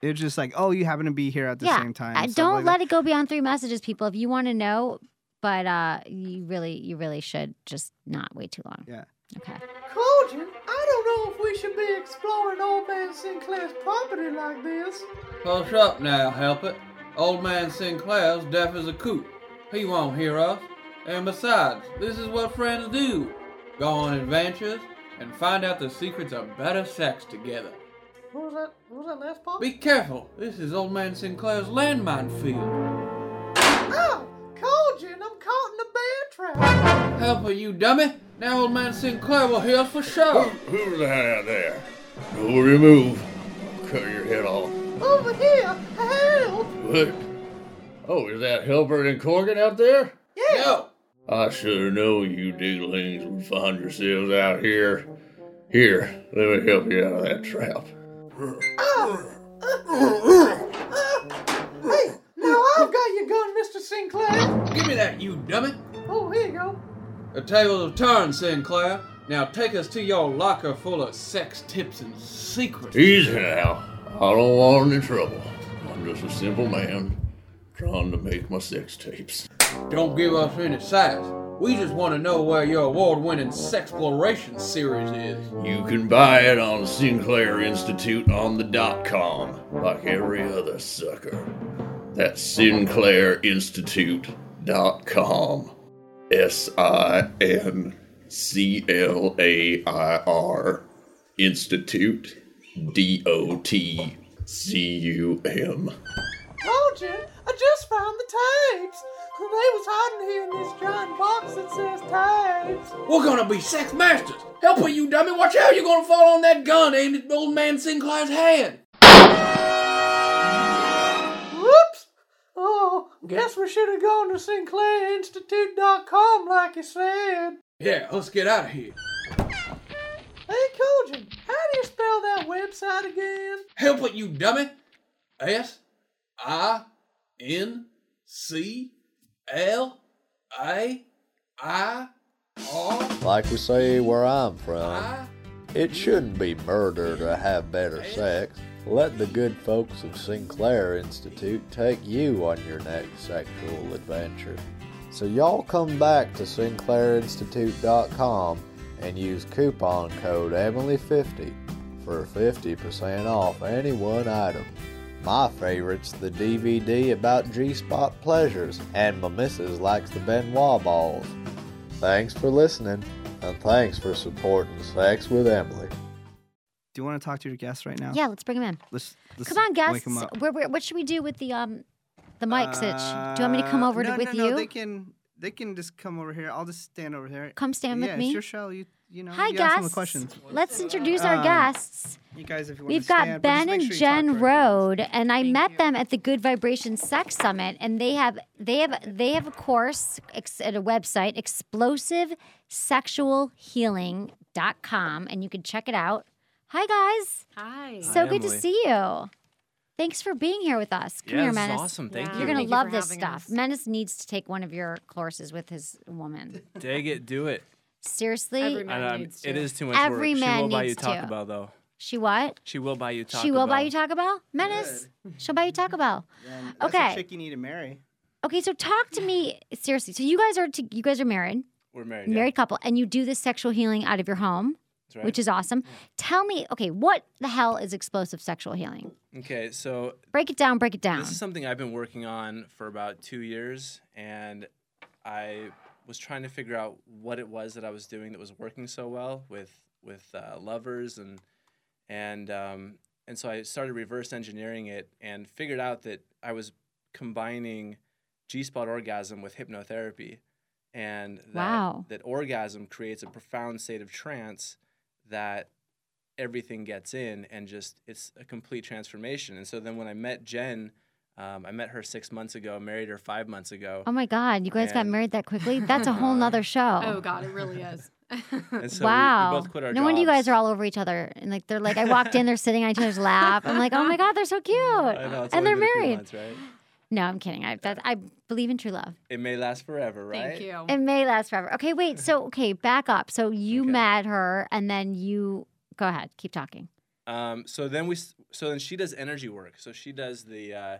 M: It was just like, oh, you happen to be here at the
L: Yeah,
M: same time.
L: I
M: stuff
L: don't
M: like
L: let
M: that.
L: it go beyond three messages, people. If you want to know, but uh, you really, you really should just not wait too long.
M: Yeah.
L: Okay.
A: Cogent, I don't know if we should be exploring old man Sinclair's property like this.
B: Hush up now, help it. Old man Sinclair's deaf as a coot. He won't hear us. And besides, this is what friends do go on adventures and find out the secrets of better sex together.
A: What was that? What was that last part?
B: Be careful, this is old man Sinclair's landmine field.
A: oh, Cogent, I'm caught in a bear trap.
B: Help her, you dummy. Now old man Sinclair will hear us for sure.
J: Who's that out there? No remove. I'll cut your head off.
A: Over here, help!
J: What? Oh, is that Hilbert and Corgan out there?
A: Yeah. (coughs)
J: I should have known you diglings would find yourselves out here. Here, let me help you out of that trap.
A: Oh. Uh, uh, hey, now I've got your gun, Mr. Sinclair.
B: Give me that, you dummy.
A: Oh, here you go.
B: The tables have turned, Sinclair. Now take us to your locker full of sex tips and secrets.
J: Easy now. I don't want any trouble. I'm just a simple man trying to make my sex tapes.
B: Don't give us any size. We just want to know where your award-winning Sexploration series is.
J: You can buy it on Sinclair Institute on the dot com, like every other sucker. That's Sinclair Institute dot com. S I N C L A I R Institute D O T C U M.
A: Told you, I just found the tapes. They was hiding here in this giant box that says tapes.
B: We're gonna be sex masters. Help her, you dummy. Watch out, you're gonna fall on that gun aimed at old man Sinclair's head.
A: Whoops! Oh, guess we should have gone to SinclairInstitute.com like you said.
B: Yeah, let's get out of here.
A: Hey, Cogin, how do you spell that website again?
B: Help it, you dummy. S I N C L A I R.
N: Like we say where I'm from, it shouldn't be murder to have better sex. Let the good folks of Sinclair Institute take you on your next sexual adventure. So, y'all come back to SinclairInstitute.com and use coupon code EMILY50 for 50% off any one item. My favorite's the DVD about G Spot Pleasures, and my missus likes the Benoit Balls. Thanks for listening, and thanks for supporting Sex with Emily.
M: Do you want to talk to your guests right now?
L: Yeah, let's bring him in.
M: Let's, let's
L: Come on,
M: wake
L: guests.
M: 'em up.
L: Where, where, what should we do with the um, the mic sitch? Do you want me to come over
M: Uh, no,
L: to, with
M: no, no,
L: you?
M: They can they can just come over here. I'll just stand over here.
L: Come stand with
M: yeah,
L: me?
M: Sure, Shell. You you know.
L: Hi,
M: Um, you ask them the
L: guests.
M: questions.
L: Let's introduce our
M: Um,
L: guests.
M: You guys, if you want
L: We've
M: to
L: got
M: stand, but just
L: Ben
M: make
L: and
M: sure you talk
L: Jen Road, and I met them at the Good Vibration Sex Summit, and they have they have they have a course ex- at a website explosivesexualhealing.com, and you can check it out. Hi guys,
O: Hi.
L: so
P: Hi,
L: good to
P: Emily.
L: see you. Thanks for being here with us. Come
P: Yeah,
L: here,
P: this is
L: Menace.
P: awesome. Thank Yeah. you.
L: You're gonna
P: Thank you
L: love
P: for
L: this
P: having
L: stuff. Menace needs to take one of your courses with his woman.
P: Dig it, do it.
L: Seriously,
P: And, um, It is too much
L: Every
P: work.
L: man
P: she will buy you
L: needs
P: Taco
L: to.
P: Bell, though.
L: She what?
P: She will buy you Taco
L: she will
P: Bell.
L: buy you Taco Bell. Menace. She'll buy you Taco Bell.
M: Then that's
L: okay.
M: a chick you need to marry.
L: Okay, so talk to me seriously. So you guys are to, you guys are married,
P: We're married. yeah.
L: married couple, and you do this sexual healing out of your home,
P: That's right.
L: which is awesome. Tell me, okay, what the hell is explosive sexual healing?
P: Okay, so
L: Break it down. Break it down.
P: This is something I've been working on for about two years, and I was trying to figure out what it was that I was doing that was working so well with with uh, lovers and and um, and so I started reverse engineering it and figured out that I was combining G spot orgasm with hypnotherapy, and that,
L: Wow.
P: that orgasm creates a profound state of trance that everything gets in and just it's a complete transformation and so then when i met jen um, i met her six months ago married her five months ago
L: oh my God, you guys got
P: and-
L: married
P: (laughs)
L: that quickly? That's a whole nother show.
O: Oh God, it really is.
P: and so we-
L: wow.
P: we, both quit our
L: no wonder you
P: jobs.
L: guys are all over each other. And like they're like I walked in, they're sitting on each other's lap. I'm like, oh my God, they're so cute.
P: I know, it's
L: and
P: only
L: they're
P: been a few
L: married.
P: months, right?
L: No, I'm kidding. I that, I believe in true love.
P: it may last forever right
O: you.
L: It may last forever. Okay, wait. So, okay, back up. So you met her, and then you go ahead. Keep talking.
P: um, so then we s- so then she does energy work so she does the uh,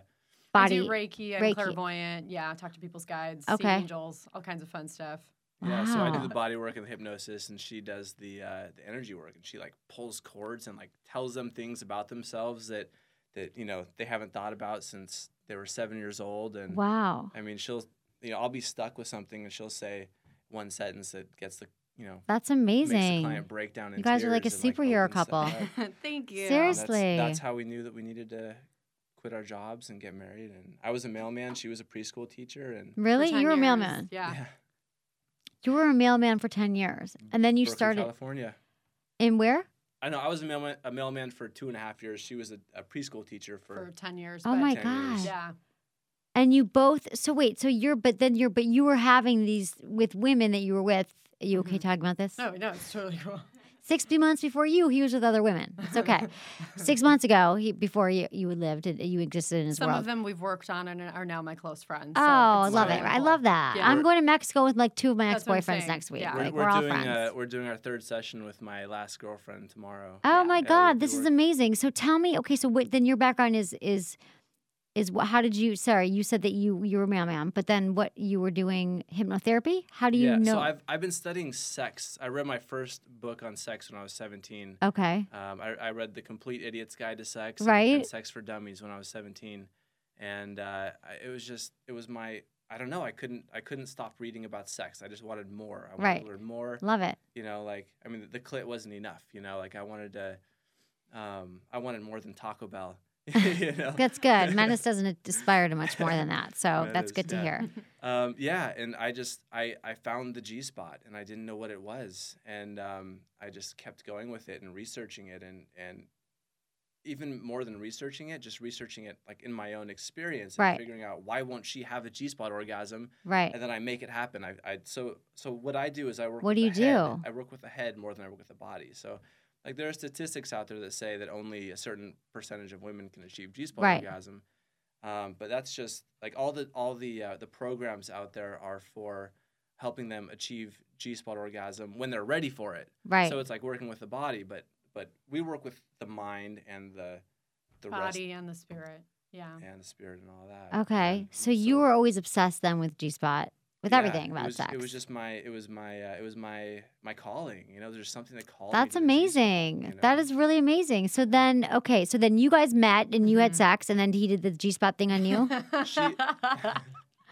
O: I
L: Body.
O: do Reiki and
L: Reiki.
O: clairvoyant. Yeah, I talk to people's guides, see
L: Okay.
O: angels, all kinds of fun
L: (laughs)
O: stuff.
P: yeah so i do
L: Wow.
P: the body work and the hypnosis and she does the uh, the energy work and she like pulls cords and like tells them things about themselves that that you know they haven't thought about since they were seven years old and
L: Wow.
P: I mean, she'll, you know, I'll be stuck with something and she'll say one sentence that gets the, you know,
L: That's
P: Oh. Makes the
L: amazing.
P: client break down in
L: You guys are like a
P: tears and,
L: superhero
P: opens
L: couple.
P: stuff up.
O: Thank you.
P: That's-
L: Seriously.
P: That's, how we knew that we needed to quit our jobs and get married. And I was a mailman. She was a preschool teacher. And
L: Really?
O: For
L: You
O: 10
L: were a
O: years,
L: mailman.
O: Yeah.
L: You were a mailman for ten years, and then you
P: Berkeley,
L: started
P: Mm-hmm. California.
L: in where?
P: I know. I was a mailman, a mailman for two and a half years. She was a, a preschool teacher for,
O: For ten years.
L: Oh
O: but-
L: my
P: 10 years.
L: God.
O: Yeah.
L: And you both. So wait. So you're, but then you're, but you were having these with women that you were with. Are you
P: Mm-hmm.
L: okay talking about this?
O: No, no, it's totally cool.
L: Sixty months before you, he was with other women.
P: (laughs)
L: It's okay. Six months ago, he, before you, you lived, and you existed in his
O: Some
L: world.
O: of them we've worked on and are now my close friends. so
L: oh, I
O: it's
L: love it!
O: really
L: I
O: cool.
L: love that.
O: Yeah.
L: I'm going to Mexico with like two of my
O: That's what I'm
L: ex-boyfriends
O: saying.
L: next week.
O: Yeah.
P: We're,
L: like
P: we're
L: we're, all
P: doing
L: friends.
P: uh, we're doing our third session with my last girlfriend tomorrow.
L: Oh my
P: And we-
L: God,
P: we
L: this
P: were-
L: is amazing. So tell me, okay, so what, then your background is is is what? How did you? Sorry, you said that you you were ma'am ma'am, but then what you were doing hypnotherapy? How do you
P: yeah,
L: know?
P: So I've, I've been studying sex. I read my first book on sex when I was 17.
L: Okay.
P: Um, I, I read The Complete Idiot's Guide to Sex. And,
L: Right.
P: and Sex for Dummies when I was 17. And uh, I, it was just, it was my, I don't know, I couldn't, I couldn't stop reading about sex. I just wanted more. I wanted
L: Right.
P: to learn more.
L: Love it. (laughs)
P: You know, like, I mean, the clit wasn't enough, you know, like I wanted to, um, I wanted more than Taco Bell. (laughs) you know? (laughs)
L: that's good. Menace doesn't aspire to much more than that, so
P: Yeah, it
L: that's
P: is,
L: good to
P: yeah.
L: hear.
P: Um, yeah, and I just I I found the G spot, and I didn't know what it was, and um, I just kept going with it and researching it, and and even more than researching it, just researching it like in my own experience and
L: Right.
P: figuring out why won't she have a G spot orgasm,
L: Right.
P: And then I make it happen. I, I so so what I do is I work.
L: What
P: with
L: do you
P: the head.
L: do?
P: I work with the head more than I work with the body. So. Like there are statistics out there that say that only a certain percentage of women can achieve G spot
L: Right.
P: orgasm, um, but that's just like all the all the uh, the programs out there are for helping them achieve G spot orgasm when they're ready for it.
L: Right.
P: So it's like working with the body, but but we work with the mind and the the rest
O: Body and the spirit. Yeah.
P: and the spirit and all that.
L: Okay, so you were always obsessed then with G spot, with
P: Yeah,
L: everything
P: it
L: about
P: was,
L: sex.
P: It was just my it was my uh, it was my my calling. You know, there's something that called. me
L: That's
P: to the G spot,
L: amazing.
P: you
L: That is really amazing. So then, okay, so then you guys met and you had sex, and then he did the G spot thing on you.
P: (laughs)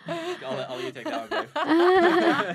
P: I'll, let- I'll let you take that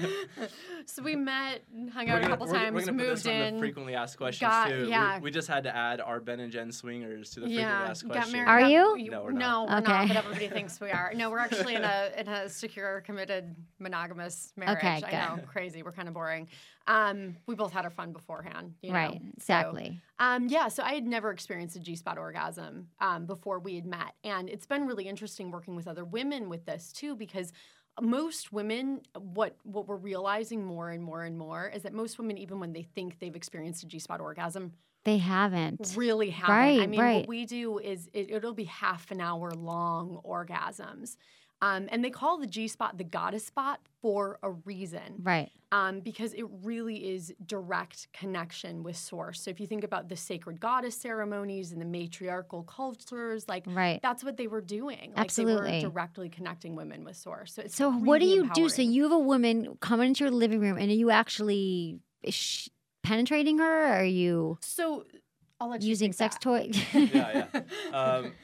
P: one.
L: (laughs)
O: so we met, and hung
P: We're
O: out
P: gonna-
O: a couple
P: we're- we're
O: times,
P: gonna put
O: moved
P: this on the
O: in.
P: frequently asked questions
O: got-
P: too. We-
O: yeah.
P: We, just had to add our Ben and Jen swingers to the frequently
O: yeah,
P: asked
O: got
P: questions.
O: married.
L: Are
O: got-
L: you?
P: No, we're
O: no,
P: not.
O: we're not,
L: Okay.
O: but everybody thinks we are. No, we're actually in
L: (laughs)
O: a in a secure, committed, monogamous marriage.
L: Okay,
O: I
L: good.
O: know, crazy. We're kind of boring. Um, we both had our fun beforehand. You know,
L: right,
O: so-
L: exactly.
O: um, yeah, so I had never experienced a G spot orgasm um, before we had met. And it's been really interesting working with other women with this too, because most women, what, what we're realizing more and more and more is that most women, even when they think they've experienced a G spot orgasm,
L: They haven't.
O: Really haven't. I
L: Right,
O: mean,
L: right.
O: what we do is it, it'll be half an hour long orgasms. Um, and they call the G spot the goddess spot for a reason.
L: Right.
O: Um, because it really is direct connection with source. So if you think about the sacred goddess ceremonies and the matriarchal cultures, like
L: Right.
O: that's what they were doing. Like
L: Absolutely.
O: they were directly connecting women with source. So it's
L: So what do
O: really
L: you do? So
O: empowering.
L: you have a woman coming into your living room, and are you actually is she penetrating her? Or are you
O: so I'll let you
L: using sex toy?
P: yeah, yeah. Um,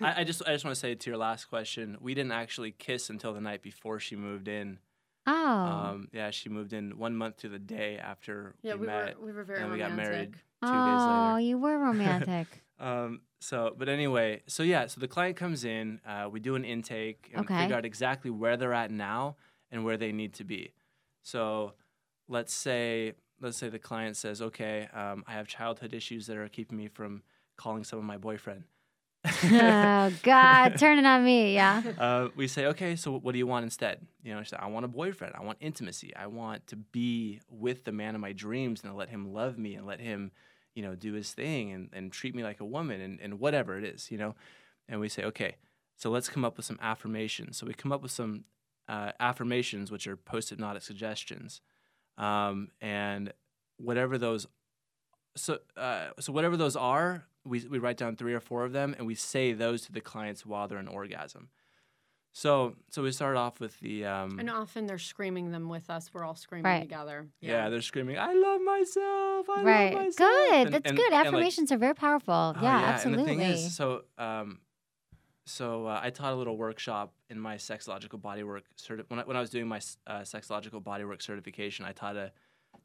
P: I, I just I just want to say to your last question, we didn't actually kiss until the night before she moved in.
L: (laughs) oh,
P: Um, yeah, she moved in one month to the day after
O: Yeah,
P: we,
O: we were-
P: met.
O: we were very
P: and we got married
O: romantic.
P: two days later.
L: oh, you were romantic.
P: (laughs) Um, so, but anyway, so yeah, so the client comes in, uh, we do an intake and
L: Okay.
P: figure out exactly where they're at now and where they need to be. So, let's say let's say the client says, "Okay, um, I have childhood issues that are keeping me from calling someone my boyfriend." (laughs)
L: oh God, turning on me, yeah.
P: uh, we say, okay, so what do you want instead? You know, she said, I want a boyfriend. I want intimacy. I want to be with the man of my dreams and let him love me and let him, you know, do his thing and, and treat me like a woman and, and whatever it is, you know. And we say, okay, so let's come up with some affirmations. So we come up with some uh, affirmations, which are post-it notic suggestions. Um, and whatever those so uh, so whatever those are, we we write down three or four of them, and we say those to the clients while they're in orgasm. So so we start off with the um,
O: And often they're screaming them with us. We're all screaming
L: Right.
O: together.
P: yeah. they're screaming I love myself I
L: right.
P: love myself
L: Good.
P: And-
L: That's
P: and-
L: good.
P: and, like-
L: Affirmations are very powerful.
P: Oh,
L: yeah,
P: And
L: absolutely.
P: the thing is, so um, so uh, I taught a little workshop in my sexological bodywork certi- when I, when I was doing my s- uh, sexological bodywork certification. I taught a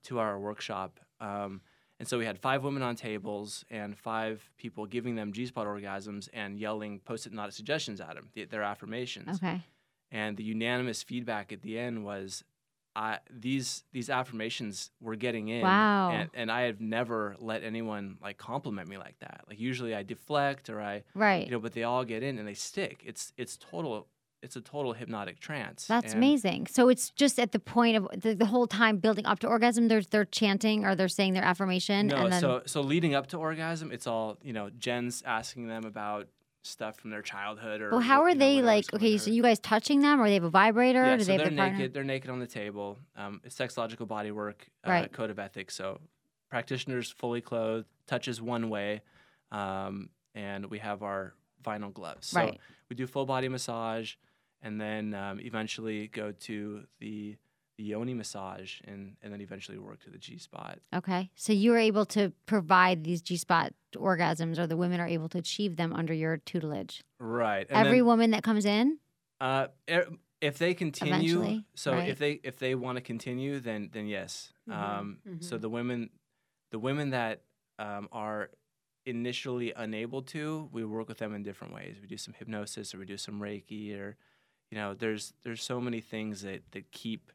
P: two hour workshop, um, and so we had five women on tables and five people giving them G spot orgasms and yelling post it notic suggestions at them, their affirmations.
L: okay.
P: And the unanimous feedback at the end was, I, these these affirmations were getting in,
L: Wow.
P: and, and I have never let anyone like compliment me like that. Like usually I deflect or I,
L: Right.
P: you know, but they all get in and they stick. It's it's total, it's a total hypnotic trance.
L: That's
P: and-
L: amazing. So it's just at the point of the, the whole time building up to orgasm. They're they're chanting or they're saying their affirmation,
P: No,
L: and then
P: so so leading up to orgasm, it's all you know. Jen's asking them about stuff from their childhood or.
L: Well, how
P: wh-
L: are
P: you know,
L: they
P: whatever's
L: like?
P: going
L: Okay,
P: on.
L: so you guys touching them, or they have a vibrator?
P: Yeah,
L: do
P: so
L: they
P: they're
L: have the partner?
P: naked. They're naked on the table. Um, it's sexological body work, uh,
L: Right.
P: code of ethics. So practitioners fully clothed, touches one way, um, and we have our vinyl gloves. So
L: Right.
P: we do full body massage, and then um, eventually go to the the yoni massage, and and then eventually work to the G spot.
L: Okay. So you were able to provide these G spot orgasms, or the women are able to achieve them under your tutelage.
P: Right. and
L: Every
P: then-
L: woman that comes in,
P: Uh, er- if they continue,
L: Eventually,
P: so
L: right.
P: if they if they want to continue, then then yes.
O: Mm-hmm.
L: Mhm,
P: Um, So the women, the women that um, are initially unable to, we work with them in different ways. We do some hypnosis, or we do some Reiki, or you know, there's there's so many things that that keep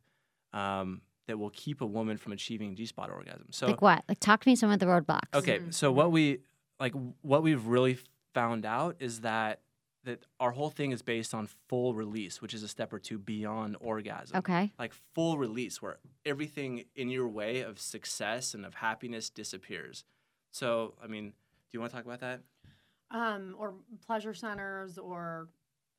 P: um, that will keep a woman from achieving G spot orgasm. So
L: like what? Like talk to me some of the roadblocks.
O: Mm-hmm.
P: Okay, so what we like what we've really found out is that that our whole thing is based on full release, which is a step or two beyond orgasm.
L: Okay.
P: Like full release where everything in your way of success and of happiness disappears. So, I mean, do you want to talk about that?
O: um, or pleasure centers, or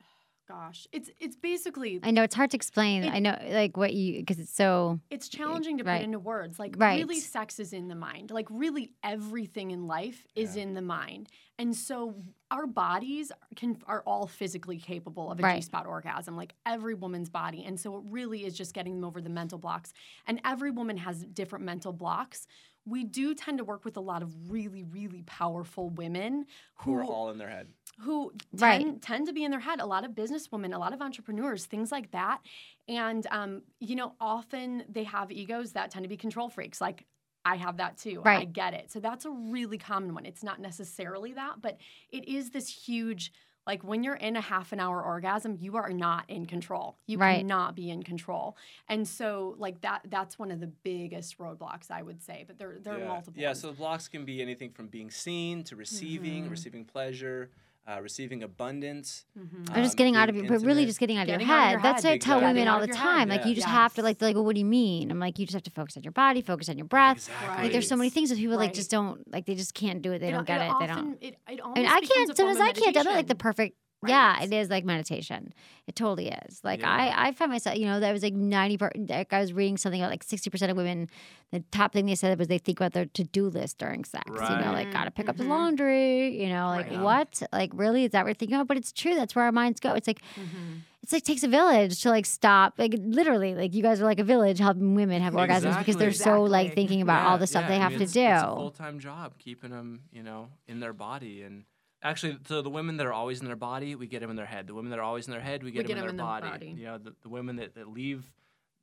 O: (sighs) gosh, it's it's basically
L: I know it's hard to explain. I know, like what you, because it's so.
O: It's challenging to
L: right.
O: put into words. Like
L: Right.
O: really sex is in the mind. Like really everything in life is in the mind. And so our bodies can are all physically capable of a
L: Right.
O: spot orgasm, like every woman's body. And so it really is just getting them over the mental blocks. And every woman has different mental blocks. We do tend to work with a lot of really, really powerful women
P: Who are all in their head?
O: who
L: Right.
O: tend, tend to be in their head. A lot of businesswomen, a lot of entrepreneurs, things like that. And, um, you know, often they have egos that tend to be control freaks. Like, I have that too. I
L: Right.
O: get it. So that's a really common one. It's not necessarily that, but it is this huge. Like when you're in a half an hour orgasm, you are not in control. You
L: Right.
O: cannot be in control, and so like that—that's one of the biggest roadblocks I would say. But there, there
P: yeah.
O: are multiple.
P: Yeah, so the blocks can be anything from being seen to receiving,
O: Mhm.
P: receiving pleasure, uh, receiving abundance.
O: Mm-hmm.
L: Or just
P: um,
L: getting out of
P: being
L: your, but really
P: intimate.
L: just getting out of
O: Getting
L: your
O: out of
L: head.
O: your
L: That's
O: head,
L: what I tell
O: exactly.
L: women all the
O: Getting out of your
L: time.
O: head,
L: Like you just
O: yeah.
L: have to like, like, well, what do you mean? I'm like, you just have to focus on your body, focus on your breath. Like there's so many things that people like
O: Right.
L: just don't like. They just can't do it. They
O: It-
L: don't get it. They
O: often-
L: don't.
O: It, it
L: I mean,
O: almost
L: I
O: becomes
L: can't.
O: a form
L: Sometimes
O: of
L: I can't. I don't like the
O: meditation.
L: perfect. Yeah, it is like meditation. It totally is. Like
O: Yeah.
L: I, I find myself. You know, that was like ninety. Per, like I was reading something about like sixty percent of women. The top thing they said was they think about their to do list during sex. You know,
P: Right.
L: like gotta pick up
O: Mm-hmm.
L: the laundry. You know, like
P: Right.
L: what? Like really is that what we're thinking about? But it's true. That's where our minds go. It's like.
O: Mm-hmm.
L: It's like takes a village to like stop like literally like you guys are like a village helping women have orgasms because they're so like thinking about all the stuff they have to do.
P: full time job keeping them, you know, in their body. And actually, so the women that are always in their body, we get them in their head. The women that are always in their head, we get, them,
O: We get
P: in
O: 'em
P: their
O: in
P: body.
O: their body.
P: You know, the, the women that, that leave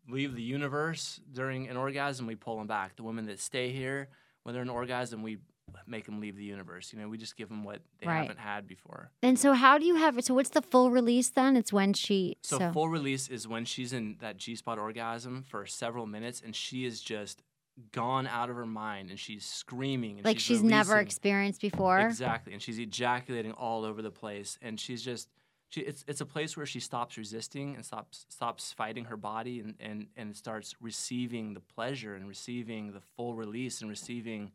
P: leave the universe during an orgasm, we pull them back. The women that stay here when they're in orgasm, we make them leave the universe. You know, we just give them what they
L: Right.
P: haven't had before.
L: And so, how do you have? So, what's the full release then? It's when she.
P: So,
L: So,
P: full release is when she's in that G spot orgasm for several minutes, and she is just gone out of her mind, and she's screaming, and
L: like she's,
P: she's,
L: never
P: releasing.
L: experienced before.
P: Exactly, and she's ejaculating all over the place, and she's just she. It's it's a place where she stops resisting and stops stops fighting her body, and and and starts receiving the pleasure and receiving the full release and receiving.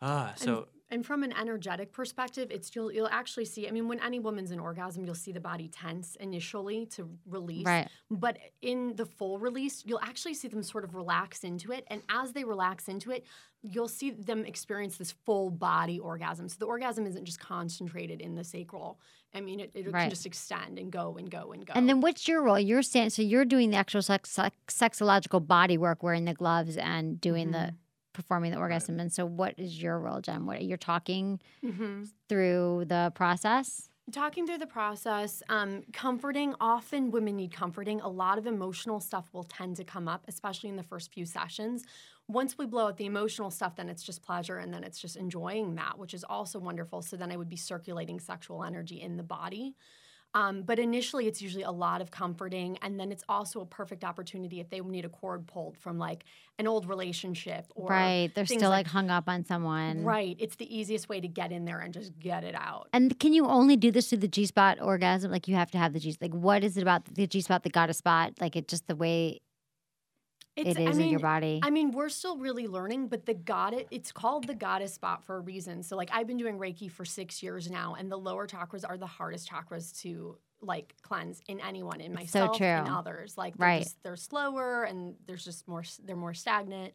P: Ah,
O: And-
P: so
O: and from an energetic perspective, it's you'll you'll actually see. I mean, when any woman's in orgasm, you'll see the body tense initially to release.
L: Right.
O: But in the full release, you'll actually see them sort of relax into it, and as they relax into it, you'll see them experience this full body orgasm. So the orgasm isn't just concentrated in the sacral. I mean, it, it
L: Right.
O: can just extend and go and go and go.
L: And then, what's your role? You're saying so you're doing the actual sex, sex, sexological body work, wearing the gloves and doing
O: Mm-hmm.
L: the performing the orgasm. And so, what is your role, Jen? What you're talking
O: Mhm.
L: through the process?
O: talking through the process um, comforting often women need comforting a lot of emotional stuff will tend to come up especially in the first few sessions once we blow out the emotional stuff then it's just pleasure and then it's just enjoying that which is also wonderful so then i would be circulating sexual energy in the body um, but initially, it's usually a lot of comforting. And then it's also a perfect opportunity if they need a cord pulled from like an old relationship or
L: right, they're
O: things
L: still like, hung up on someone.
O: Right. It's the easiest way to get in there and just get it out.
L: And can you only do this through the G spot orgasm? Like you have to have the G. Like what is it about the G spot that got a spot? Like it just the way it is in your body.
O: I mean, we're still really learning, but the goddess, it's called the goddess spot for a reason. So, like, I've been doing Reiki for six years now, and the lower chakras are the hardest chakras to like cleanse in anyone, in
L: It's so
O: myself, in
L: true.
O: others. Like, they're,
L: Right.
O: just, they're slower and there's just more, s- they're more stagnant.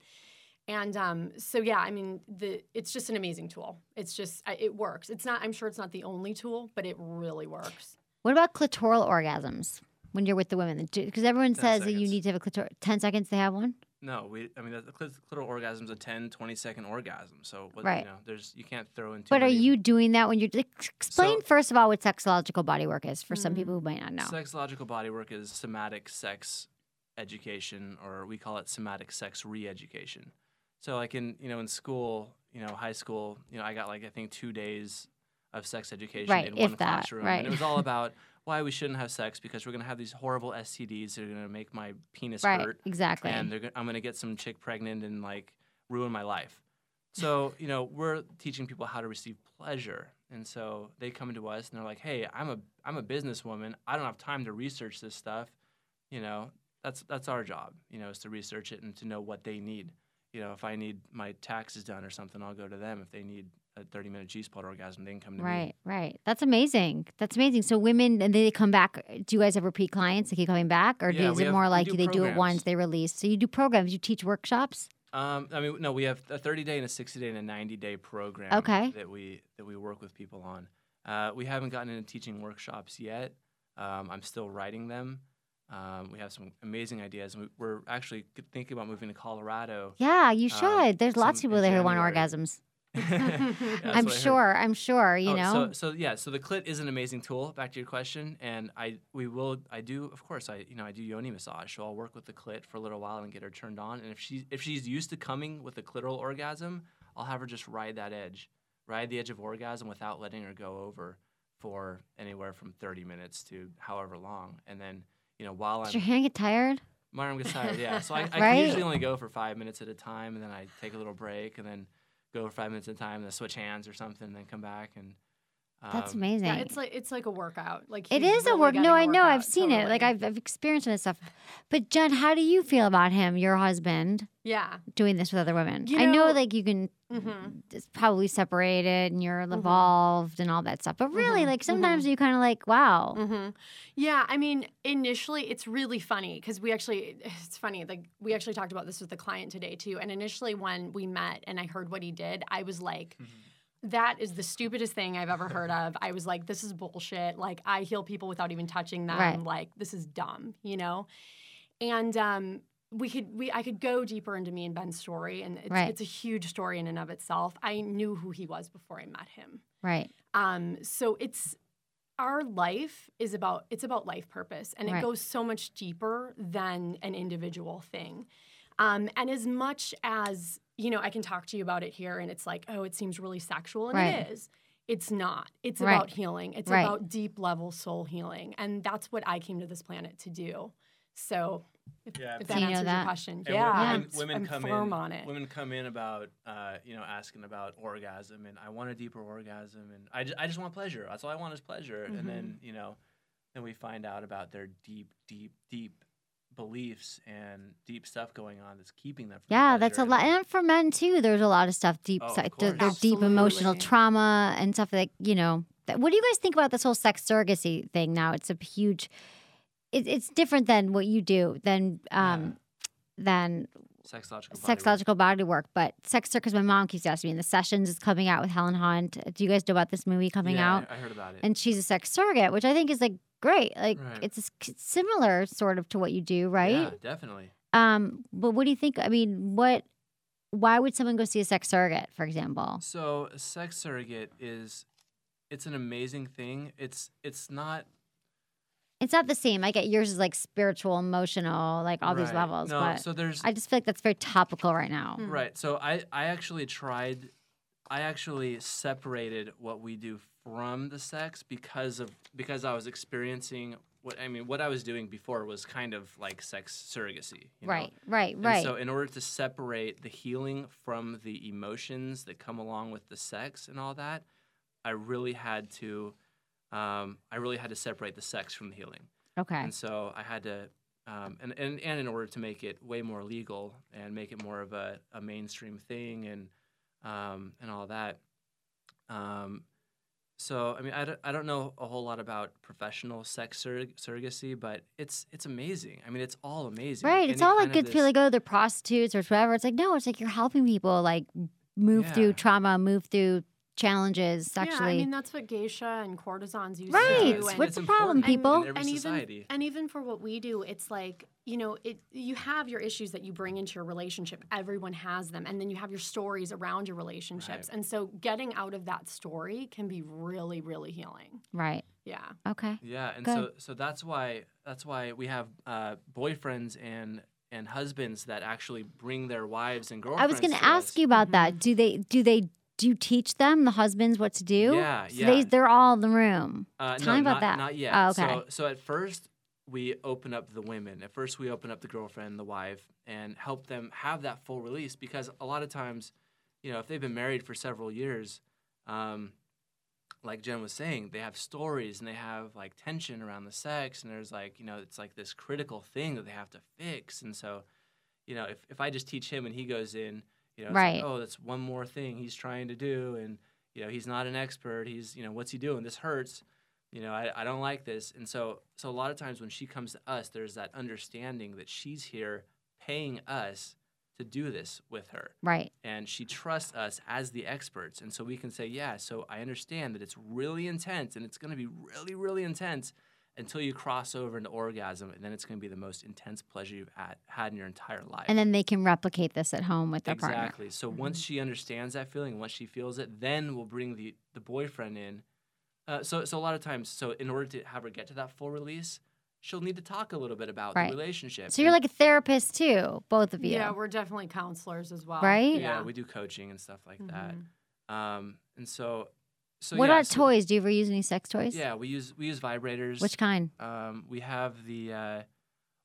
O: And um, so yeah, I mean, the it's just an amazing tool. It's just I- it works. It's not. I'm sure it's not the only tool, but it really works.
L: What about clitoral orgasms when you're with the women? Because everyone says that you need to have a clitoral. 10 seconds to have one?
P: No, we. I mean, the clit- clitoral orgasm's a 10, 20 second orgasm. So what,
L: Right.
P: you know, there's you can't throw in. Too
L: But are
P: many-
L: you doing that when you're. ex- Explain,
P: So-
L: first of all, what sexological bodywork is for some people who might not know.
P: Sexological bodywork is somatic sex education, or we call it somatic sex re-education. So, like in you know in school, you know high school, you know I got like I think two days of sex education
L: Right,
P: in
L: if
P: one
L: that,
P: classroom,
L: right.
P: and it was all about why we shouldn't have sex because we're gonna have these horrible STDs that are gonna make my penis
L: Right,
P: hurt,
L: exactly.
P: and they're, go- I'm gonna get some chick pregnant and like ruin my life. So, you know, we're teaching people how to receive pleasure. And so they come to us and they're like, "Hey, I'm a I'm a businesswoman. I don't have time to research this stuff. You know, that's that's our job, you know, is to research it and to know what they need. You know, if I need my taxes done or something, I'll go to them. If they need a 30-minute G-spot orgasm, they can come to
L: Right,
P: me.
L: right. That's amazing. That's amazing. So women, and they come back. uh, Do you guys have repeat clients? They keep coming back, or
P: Yeah,
L: is
P: we
L: it
P: have-
L: more
P: we
L: like
P: do
L: they do it
P: programs.
L: once, they release? So you do programs. You teach workshops.
P: Um, I mean, no, we have a 30-day and a 60-day and a 90-day program
L: Okay.
P: that we that we work with people on. Uh, we haven't gotten into teaching workshops yet. Um, I'm still writing them. Um, we have some amazing ideas, and we, we're actually g- thinking about moving to Colorado.
L: Yeah, you
P: um,
L: should. There's lots of
P: some-
L: people
P: in
L: there who want
P: January.
L: orgasms.
P: Yeah, (laughs) that's
L: I'm
P: what I heard.
L: sure. I'm sure. You
P: Oh,
L: know.
P: So, so yeah, so the clit is an amazing tool. Back to your question, and I we will I do of course I you know I do yoni massage, so I'll work with the clit for a little while and get her turned on. And if she's if she's used to coming with a clitoral orgasm, I'll have her just ride that edge, ride the edge of orgasm without letting her go over for anywhere from 30 minutes to however long, and then you know while
L: Does
P: I'm
L: your hand get tired?
P: my arm gets tired, yeah.
L: (laughs)
P: So I, I
L: Right?
P: can usually only go for five minutes at a time, and then I take a little break, and then go for five minutes at a time, and then switch hands or something, and then come back. And
L: That's
P: um,
L: amazing.
O: Yeah, it's like it's like a workout. Like
L: It
O: he's
L: is a
O: really
L: work.
O: getting
L: No, I know.
O: workout,
L: I've seen it. Like
O: totally.
L: I've, I've experienced this stuff. But Jen, how do you feel about him, your husband,
O: yeah.
L: doing this with other women?
O: You
L: I know,
O: know-
L: like you can
O: Mm-hmm.
L: it's probably separated and you're involved and all that stuff. But really, like sometimes you kind of like, wow.
O: Mm-hmm. Yeah, I mean, initially it's really funny because we actually, it's funny, like we actually talked about this with the client today too. And initially when we met and I heard what he did, I was like,
L: Mm-hmm.
O: that is the stupidest thing I've ever heard of. I was like, this is bullshit. Like, I heal people without even touching them.
L: Right.
O: Like, this is dumb, you know? And, um, we could we I could go deeper into me and Ben's story and it's,
L: Right.
O: it's a huge story in and of itself. I knew who he was before I met him.
L: Right.
O: Um, so it's our life is about it's about life purpose, and
L: Right.
O: it goes so much deeper than an individual thing. Um, and as much as you know, I can talk to you about it here, and it's like, oh, it seems really sexual, and
L: Right.
O: it is. It's not. It's
L: Right.
O: about healing. It's
L: Right.
O: about deep level soul healing, and that's what I came to this planet to do. So, if,
P: Yeah,
O: if
P: So
O: that
L: you know
O: answers
L: that.
O: your question,
P: And
O: yeah,
P: women,
O: I'm,
P: women- women
O: I'm
P: come
O: firm
P: in.
O: on it.
P: Women come in about uh, you know asking about orgasm, and I want a deeper orgasm, and I, ju- I just want pleasure. That's all I want is pleasure.
O: Mhm.
P: And
L: Mm-hmm.
P: then you know, then we find out about their deep, deep, deep beliefs and deep stuff going on that's keeping them. From
L: Yeah, that's a
P: pleasure.
L: lot. And for men too, there's a lot of stuff deep,
P: Oh, of
L: psy- their,
P: course.
L: their deep emotional
O: Absolutely.
L: trauma and stuff like, you know, that, what do you guys think about this whole sex surrogacy thing now? It's a huge, it, it's different than what you do, than, um, than
P: Sexological. body work.
L: sexological body work, but sex circus. My mom keeps asking me, and the sessions is coming out with Helen Hunt. Do you guys know about this movie coming
P: Yeah,
L: out?
P: I- I heard about it.
L: And she's a sex surrogate, which I think is like great. Like
P: Right.
L: it's a s- similar sort of to what you do, right?
P: Yeah, definitely.
L: Um, but what do you think? I mean, what? Why would someone go see a sex surrogate, for example?
P: So a sex surrogate is, it's an amazing thing. It's it's not
L: It's not the same. I get yours is like spiritual, emotional, like all these
P: Right.
L: levels.
P: No,
L: but
P: so there's-
L: I just feel like that's very topical right now.
P: Right. So I, I actually tried, I actually separated what we do from the sex because of because I was experiencing what I mean what I was doing before was kind of like sex surrogacy. you know?
L: Right, right,
P: And
L: right.
P: so in order to separate the healing from the emotions that come along with the sex and all that, I really had to, um, I really had to separate the sex from the healing.
L: Okay.
P: And so I had to, um, and, and, and in order to make it way more legal and make it more of a, a mainstream thing and, um, and all that, um,
Q: So I mean, I don't, I don't know a whole lot about professional sex surrog- surrogacy, but it's it's amazing. I mean, it's all amazing.
L: Right. It's
Q: Any
L: all
Q: kind
L: like
Q: of
L: good
Q: this-
L: feel like, oh, they're prostitutes or whatever. It's like, no, it's like you're helping people like move
Q: Yeah.
L: through trauma, move through challenges
O: Yeah, I
L: sexually.
O: mean that's what geisha and courtesans used
L: Right,
O: to do.
L: it's-
O: and-
L: what's the problem,
O: and-
L: people?
Q: in every
O: and even
Q: society.
O: and even for what we do, it's like you know, it you have your issues that you bring into your relationship. Everyone has them, and then you have your stories around your relationships. And so, getting out of that story can be really, really healing.
L: right.
O: Yeah.
L: Okay.
Q: Yeah, and
L: Good.
Q: so so that's why that's why we have uh, boyfriends and and husbands that actually bring their wives and girlfriends.
L: I was going
Q: to
L: to ask you about that. Do they do they do you teach them the husbands what to do?
Q: Yeah,
L: So
Q: yeah.
L: They they're all in the room.
Q: Uh,
L: Tell me
Q: no,
L: about
Q: not,
L: that.
Q: Not yet.
L: Oh, okay.
Q: So, so at first we open up the women. At first we open up the girlfriend, the wife, and help them have that full release because a lot of times, you know, if they've been married for several years, um, like Jen was saying, they have stories and they have like tension around the sex, and there's like you know it's like this critical thing that they have to fix, and so, you know, if if I just teach him and he goes in, you know, it's
L: Right.
Q: like, oh, that's one more thing he's trying to do, and you know he's not an expert, he's you know what's he doing? This hurts, you know, I, I don't like this, and so so a lot of times when she comes to us, there's that understanding that she's here paying us to do this with her.
L: Right.
Q: And she trusts us as the experts. And so we can say, yeah, so I understand that it's really intense and it's going to be really, really intense until you cross over into orgasm. And then it's going to be the most intense pleasure you've had, had in your entire life.
L: And then they can replicate this at home with their partner.
Q: Exactly. So
L: Mm-hmm.
Q: once she understands that feeling, once she feels it, then we'll bring the, the boyfriend in. Uh, so, so a lot of times, so in order to have her get to that full release, she'll need to talk a little bit about
L: Right.
Q: the relationship.
L: So you're
Q: and-
L: like a therapist too, both of you.
O: Yeah, we're definitely counselors as well.
L: Right?
Q: Yeah,
O: Yeah. Mm-hmm.
Q: we do coaching and stuff like that. Um, and so, so
L: what
Q: yeah,
L: about
Q: so-
L: toys? Do you ever use any sex toys?
Q: Yeah, we use we use vibrators.
L: Which kind?
Q: Um, we have the uh,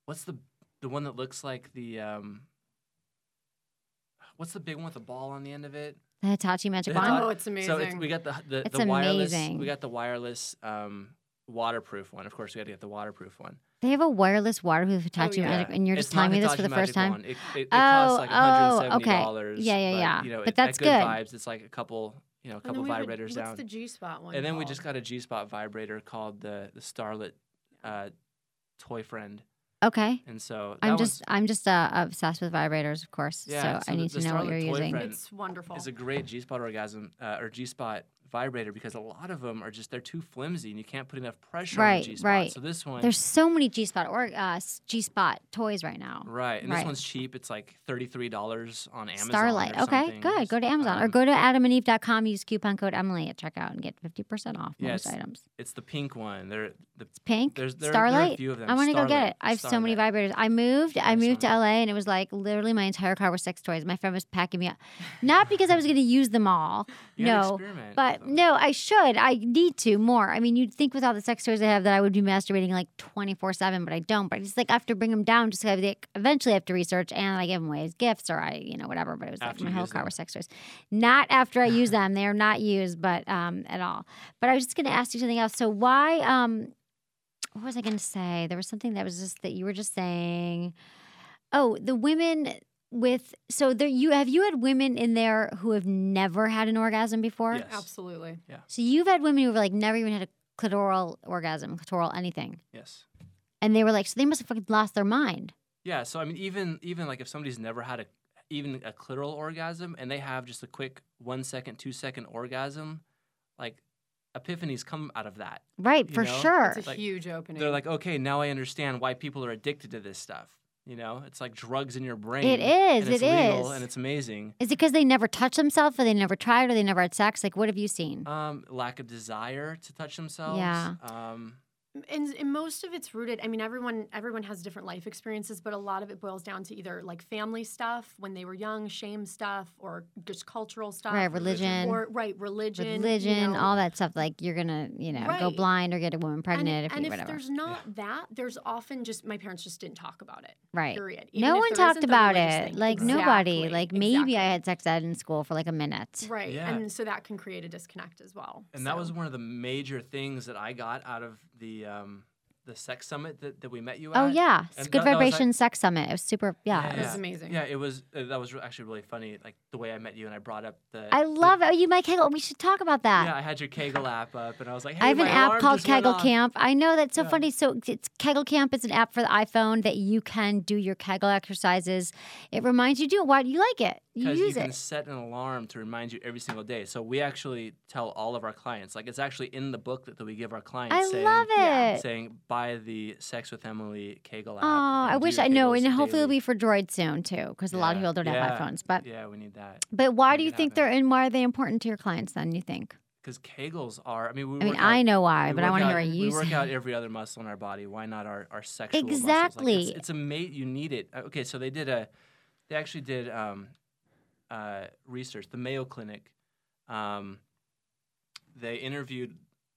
Q: what's the the one that looks like the um, what's the big one with the ball on the end of it?
L: The Hitachi Magic
Q: The
O: Oh,
L: Wand?
Q: Hitachi- So it's, we got the the,
L: It's
Q: the wireless.
L: amazing.
Q: We got the wireless um, waterproof one. Of course, we got to get the waterproof one.
L: They have a wireless waterproof Hitachi
Q: Oh, yeah.
L: Magic, and you're just
Q: It's not
L: telling me this for
Q: Hitachi
L: the
Q: Magic
L: first time.
Q: Wand. It- it- it
L: oh,
Q: costs like $170,
L: oh, okay. Yeah, yeah,
Q: but,
L: yeah.
Q: you know,
L: but
Q: it- at
L: that's
Q: good, vibes. It's like a couple, you know, a
O: And then
Q: couple
O: we have a-
Q: vibrators down.
O: What's the G spot one?
Q: and then we just
O: called?
Q: got a G Spot vibrator called the the Starlit uh, Toy Friend.
L: Okay.
Q: And so that
L: I'm
Q: one's-
L: just I'm just uh, obsessed with vibrators, of course.
Q: yeah,
L: so I need
Q: the,
L: to
Q: the
L: know what
Q: Starlit
L: you're
Q: Toy
L: using.
Q: Friend
O: It's wonderful.
Q: Is a great G Spot orgasm uh, or G Spot vibrator because a lot of them are just they're too flimsy and you can't put enough pressure on
L: right,
Q: the G Spot.
L: right.
Q: So this one
L: There's so many G spot or uh, G spot toys right now.
Q: right, and this one's cheap. It's like thirty three dollars on Amazon. or
L: Starlight. Okay,
Q: something.
L: good. Go to Amazon or
Q: Um,
L: go to adamandeve.com. Use coupon code Emily at checkout and get 50% off
Q: Yeah,
L: most
Q: it's-
L: items.
Q: It's the pink one. They're the it's
L: Pink
Q: There's there,
L: Starlight.
Q: There are a few of them.
L: I want to go get
Q: Starlight,
L: it. I have so many vibrators. I moved. I moved to LA, and it was like literally my entire car was sex toys. My friend was packing me up, not because I was going to use them all.
Q: (laughs) You gotta
L: no,
Q: experiment with
L: but no, I should. I need to more. I mean, you'd think with all the sex toys I have that I would be masturbating like twenty four seven, but I don't. But I just like I have to bring them down. Just like, like, eventually I have to research, and I give them away as gifts, or I you know whatever. But it was like
Q: After
L: my
Q: you
L: whole
Q: use
L: car
Q: them.
L: was sex toys. Not after I
Q: (laughs)
L: use them. They are not used, but um at all. But I was just going to ask you something else. So why um what was I going to say? There was something that was just that you were just saying. Oh, the women with so there you have you had women in there who have never had an orgasm before.
O: Absolutely.
Q: Yeah.
L: So you've had women who've like never even had a clitoral orgasm, clitoral anything,
Q: Yes.
L: and they were like, so they must have fucking lost their mind.
Q: Yeah. So I mean, even even like if somebody's never had a even a clitoral orgasm and they have just a quick one second, two second orgasm, like epiphanies come out of that.
L: Right,
Q: you
L: for
Q: know?
L: sure.
O: It's a
Q: Like,
O: huge opening.
Q: They're like, okay, now I understand why people are addicted to this stuff. You know, it's like drugs in your brain.
L: It is,
Q: And it's
L: it
Q: legal,
L: is.
Q: And it's amazing.
L: Is it because they never touched themselves, or they never tried, or they never had sex? Like, what have you seen?
Q: Um, lack of desire to touch themselves.
L: Yeah.
Q: Um,
O: and, and most of it's rooted i mean everyone everyone has different life experiences but a lot of it boils down to either like family stuff when they were young shame stuff or just cultural stuff
L: Right, religion.
O: or right religion you
L: Religion,
O: know.
L: all that stuff. Like, you're gonna, you know, go
O: Right.
L: blind or get a woman
O: and,
L: pregnant if
O: and
L: you
O: if
L: whatever.
O: there's not that there's often just my parents just didn't talk about it
L: Right.
O: period
L: no
O: Even if
L: one
O: there
L: talked
O: isn't the
L: about
O: religious
L: it.
O: thing.
L: Like nobody. Like maybe I had sex ed in school for like a minute.
O: right
Q: Yeah.
O: and so that can create a disconnect as well
Q: and that was one of the major things that I got out of the um,
P: the sex summit that, that we met you at.
L: Oh yeah, it's
P: And
L: Good
P: that- that was, like-
L: Vibration Sex Summit. It was super. Yeah, it was-
O: amazing.
P: Yeah, it was. Uh, that was re- actually really funny. Like the way I met you and I brought up the.
L: I love. Oh, you might Kegel. We should talk about that.
P: Yeah, I had your Kegel app up, and I was like, hey,
L: I have an
P: my
L: app
P: alarm
L: called
P: just went
L: Kegel
P: off.
L: Camp. I know that's so funny. So it's Kegel Camp is an app for the iPhone that you can do your Kegel exercises. It reminds you do it. Why do you like it? You
P: Because
L: use
P: you can
L: it.
P: set an alarm to remind you every single day. So we actually tell all of our clients, like it's actually in the booklet that we give our clients.
L: I
P: saying,
L: love Yeah. it.
P: Saying buy the Sex with Emily Kegel
L: Oh,
P: app. and
L: I
P: do
L: wish
P: your
L: I know,
P: Kegels
L: and hopefully it'll
P: daily.
L: be for Droid soon too, because a lot of people don't
P: yeah.
L: have iPhones. But
P: yeah, we need that.
L: but why do you think they're and why are they important to your clients? Then you think?
P: Because Kegels are. I mean, we
L: I mean,
P: work
L: I
P: out-
L: know why,
P: we
L: but I
P: work
L: wanna hear
P: out-
L: what you
P: We work
L: say.
P: out every other muscle in our body. Why not our our sexual muscles? Like
L: Exactly.
P: it's, it's a mate. You need it. Uh, Okay, so they did a. They actually did um, uh, research. The Mayo Clinic. Um, they interviewed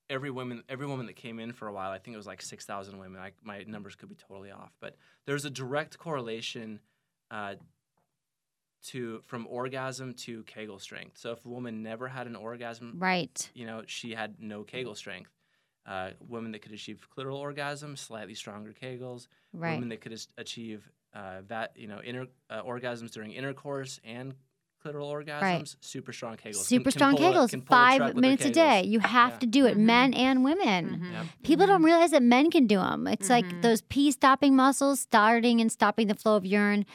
P: every woman every woman that came in for a while i think it was like 6000 women I, my numbers could be totally off but there's a direct correlation uh, to from orgasm to kegel strength so if a woman never had an orgasm
L: Right.
P: you know she had no
O: Mm-hmm.
P: kegel strength uh, women that could achieve clitoral orgasm slightly stronger kegels
L: Right.
P: women that could as- achieve uh, that you know inter, uh, orgasms during intercourse and clitoral orgasms super strong kegels Can-
L: Super
P: can
L: strong
P: pull a-
L: kegels,
P: can pull a truck
L: five
P: with her
L: minutes a
P: Kegels.
L: day. You have to do it,
O: Mm-hmm.
L: men and women.
P: Yep.
L: People don't realize that men can do them. It's
O: Mm-hmm.
L: like those pee stopping muscles, starting and stopping the flow of urine.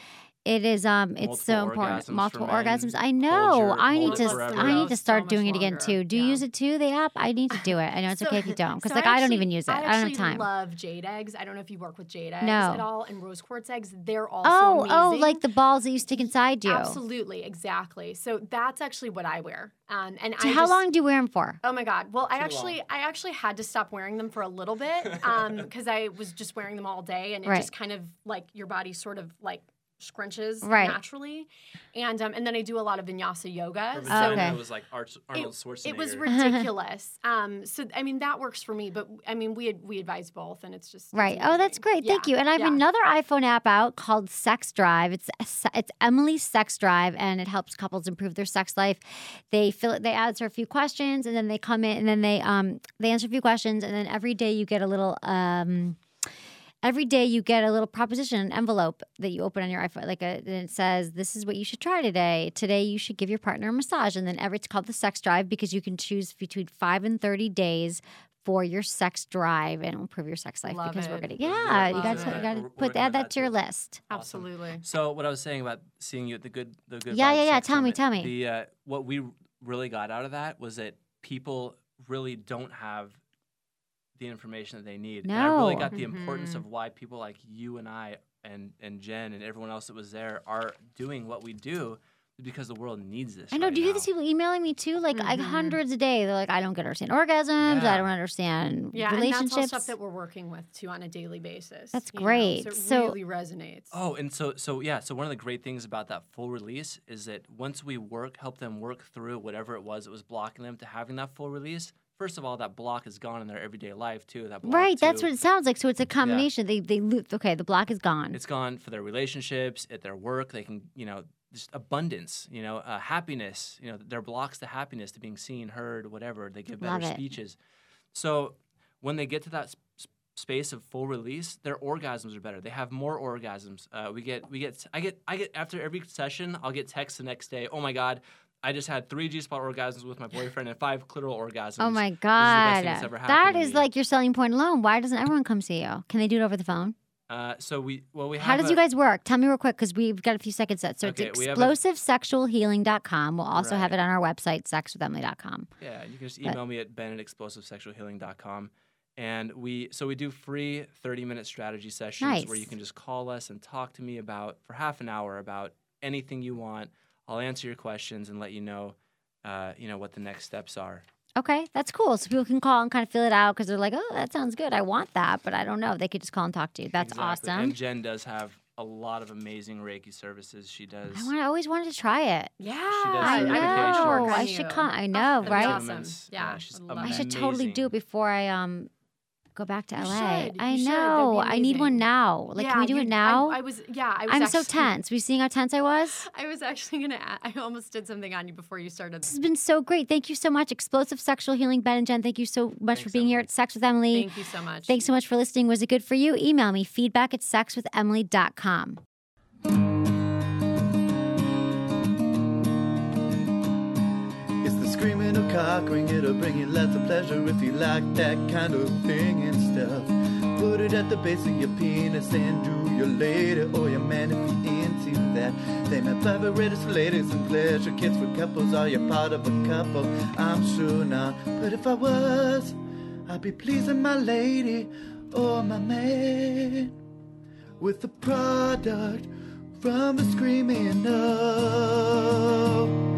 L: It is um, it's so
O: Multiple
L: important.
O: orgasms for
L: Multiple
O: men.
L: orgasms. I know.
O: your-
L: I need
O: hold
L: to.
O: it
L: s-
O: forever.
L: I need to
O: Goes
L: start
O: so
L: doing
O: much
L: it again too. Do you use it too? The app. I need to do it. I know it's okay if you don't, because
O: So
L: like I, don't
O: actually-
L: even use it. I, don't have
O: actually
L: time.
O: love jade eggs. I don't know if you work with jade eggs
L: No.
O: at all and rose quartz eggs. They're also
L: oh,
O: amazing.
L: oh, like the balls that you stick inside you.
O: Absolutely, exactly. So that's actually what I wear. Um, and
L: So
O: I
L: how
O: just-
L: long do you wear them for?
O: Oh my God! Well, I
L: Too
O: actually, I actually had to stop wearing them for a little bit because I was just wearing them all day, and it
L: Right.
O: just kind of like your body sort of like scrunches
L: Right.
O: naturally, and um, and then I do a lot of vinyasa yoga.
P: Her
O: so
P: vagina was like Arch- Arnold Schwarzenegger.
O: it was
L: (laughs)
O: ridiculous. um, so I mean that works for me, but I mean we had, we advise both, and it's just it's
L: Right. Oh, that's great. Thank you. And I have another iPhone app out called Sex Drive. It's it's Emily's Sex Drive, and it helps couples improve their sex life. They fill it. They answer a few questions, and then they come in, and then they um they answer a few questions, and then every day you get a little um. Every day you get a little proposition, an envelope that you open on your iPhone, like a, and it says, "This is what you should try today. Today you should give your partner a massage." And then every it's called the sex drive because you can choose between five and thirty days for your sex drive and it'll improve your sex life
O: Love
L: because we're
O: it.
L: gonna
O: Love
L: yeah
O: it.
L: you got to
O: Love
L: you
O: it.
L: got to
O: We're-
L: put add that to your list.
O: Absolutely.
P: So what I was saying about seeing you at the good, the good.
L: Yeah,
P: Vibes
L: yeah, yeah.
P: Sex
L: Tell me,
P: Summit,
L: tell me.
P: The uh, what we really got out of that was that people really don't have the information that they need. And I really
L: No.
P: got the importance
L: Mhm.
P: of why people like you and I and and Jen and everyone else that was there are doing what we do because the world needs this.
L: I know.
P: right
L: do you
P: now.
L: get these people emailing me too? Like
O: Mm-hmm.
L: I, hundreds a day. They're like, I don't get understand orgasms. I
P: Yeah.
L: don't understand
O: Yeah, and
L: relationships.
O: that's all stuff that we're working with too on a daily basis.
L: That's
O: you know,
L: great. So-
O: so it really resonates.
P: Oh, and so so yeah, so one of the great things about that full release is that once we work help them work through whatever it was that was blocking them to having that full release, first of all that block is gone in their everyday life too. That block
L: right. That's
P: to-
L: what it sounds like. So it's a combination. They they lo- okay. The block is gone.
P: it's gone for their relationships, at their work, they can, you know, just abundance, you know, uh, happiness, you know, their blocks to happiness, to being seen, heard, whatever. They give better
L: Love it.
P: speeches. So when they get to that sp- sp- space of full release, their orgasms are better. They have more orgasms. Uh, we get, we get, I get, I get after every session, I'll get texts the next day. Oh my god, I just had three G spot orgasms with my boyfriend and five clitoral orgasms.
L: oh my
P: This is the best
L: god.
P: thing that's ever happened
L: that
P: to
L: is
P: me."
L: like your selling point alone. Why doesn't everyone come see you? Can they do it over the phone?
P: Uh, so we, well, we.
L: How
P: have
L: does
P: a-
L: you guys work? Tell me real quick because we've got a few seconds left. So
P: Okay,
L: it's
P: we have a-
L: explosivesexualhealing.com. We'll also have it
P: Right.
L: on our website, sexwithemily.com.
P: Yeah, you can just
L: But-
P: email me at ben at explosivesexualhealing.com. And we so we do free 30 minute strategy sessions where you
L: Nice.
P: can just call us and talk to me about for half an hour about anything you want. I'll answer your questions and let you know uh, you know what the next steps are.
L: Okay, that's cool. So people can call and kind of fill it out because they're like, oh, that sounds good. I want that, but I don't know. They could just call and talk to you. That's
P: Exactly.
L: awesome.
P: And Jen does have a lot of amazing Reiki services. She does
L: I, want, I always wanted to try it.
O: Yeah, Oh,
L: I
P: I
L: know.
P: would love to work
L: I
P: on
L: should
P: you.
L: come. I know,
O: that'd be
L: right?
O: awesome. Yeah,
L: I should totally do it before I um go back to
O: You
L: LA.
O: should.
L: I
O: You should. That'd
L: know.
O: be
L: I need one
O: amazing.
L: now. Like,
O: yeah,
L: can we do
O: you-
L: it now?
O: I, I was, yeah, I was.
L: am so
O: actually-
L: tense. Were you seeing how tense I was?
O: (laughs) I was actually gonna. a- I almost did something on you before you started.
L: This has been so great. Thank you so much. Explosive Sexual Healing, Ben and Jen. Thank you so much for being here at Sex with Emily.
O: Thank you so much.
L: Thanks so much for listening. Was it good for you? Email me feedback at sexwithemily.com.
A: It's the screaming of cock ring, it'll bring you lots of pleasure if you like that kind of thing and stuff. Put it at the base of your penis and do your lady or your man if you're into that. They make private raiders for ladies and pleasure kids for couples. Are you part of a couple? I'm sure not. But if I was, I'd be pleasing my lady or my man with the product from the screaming of.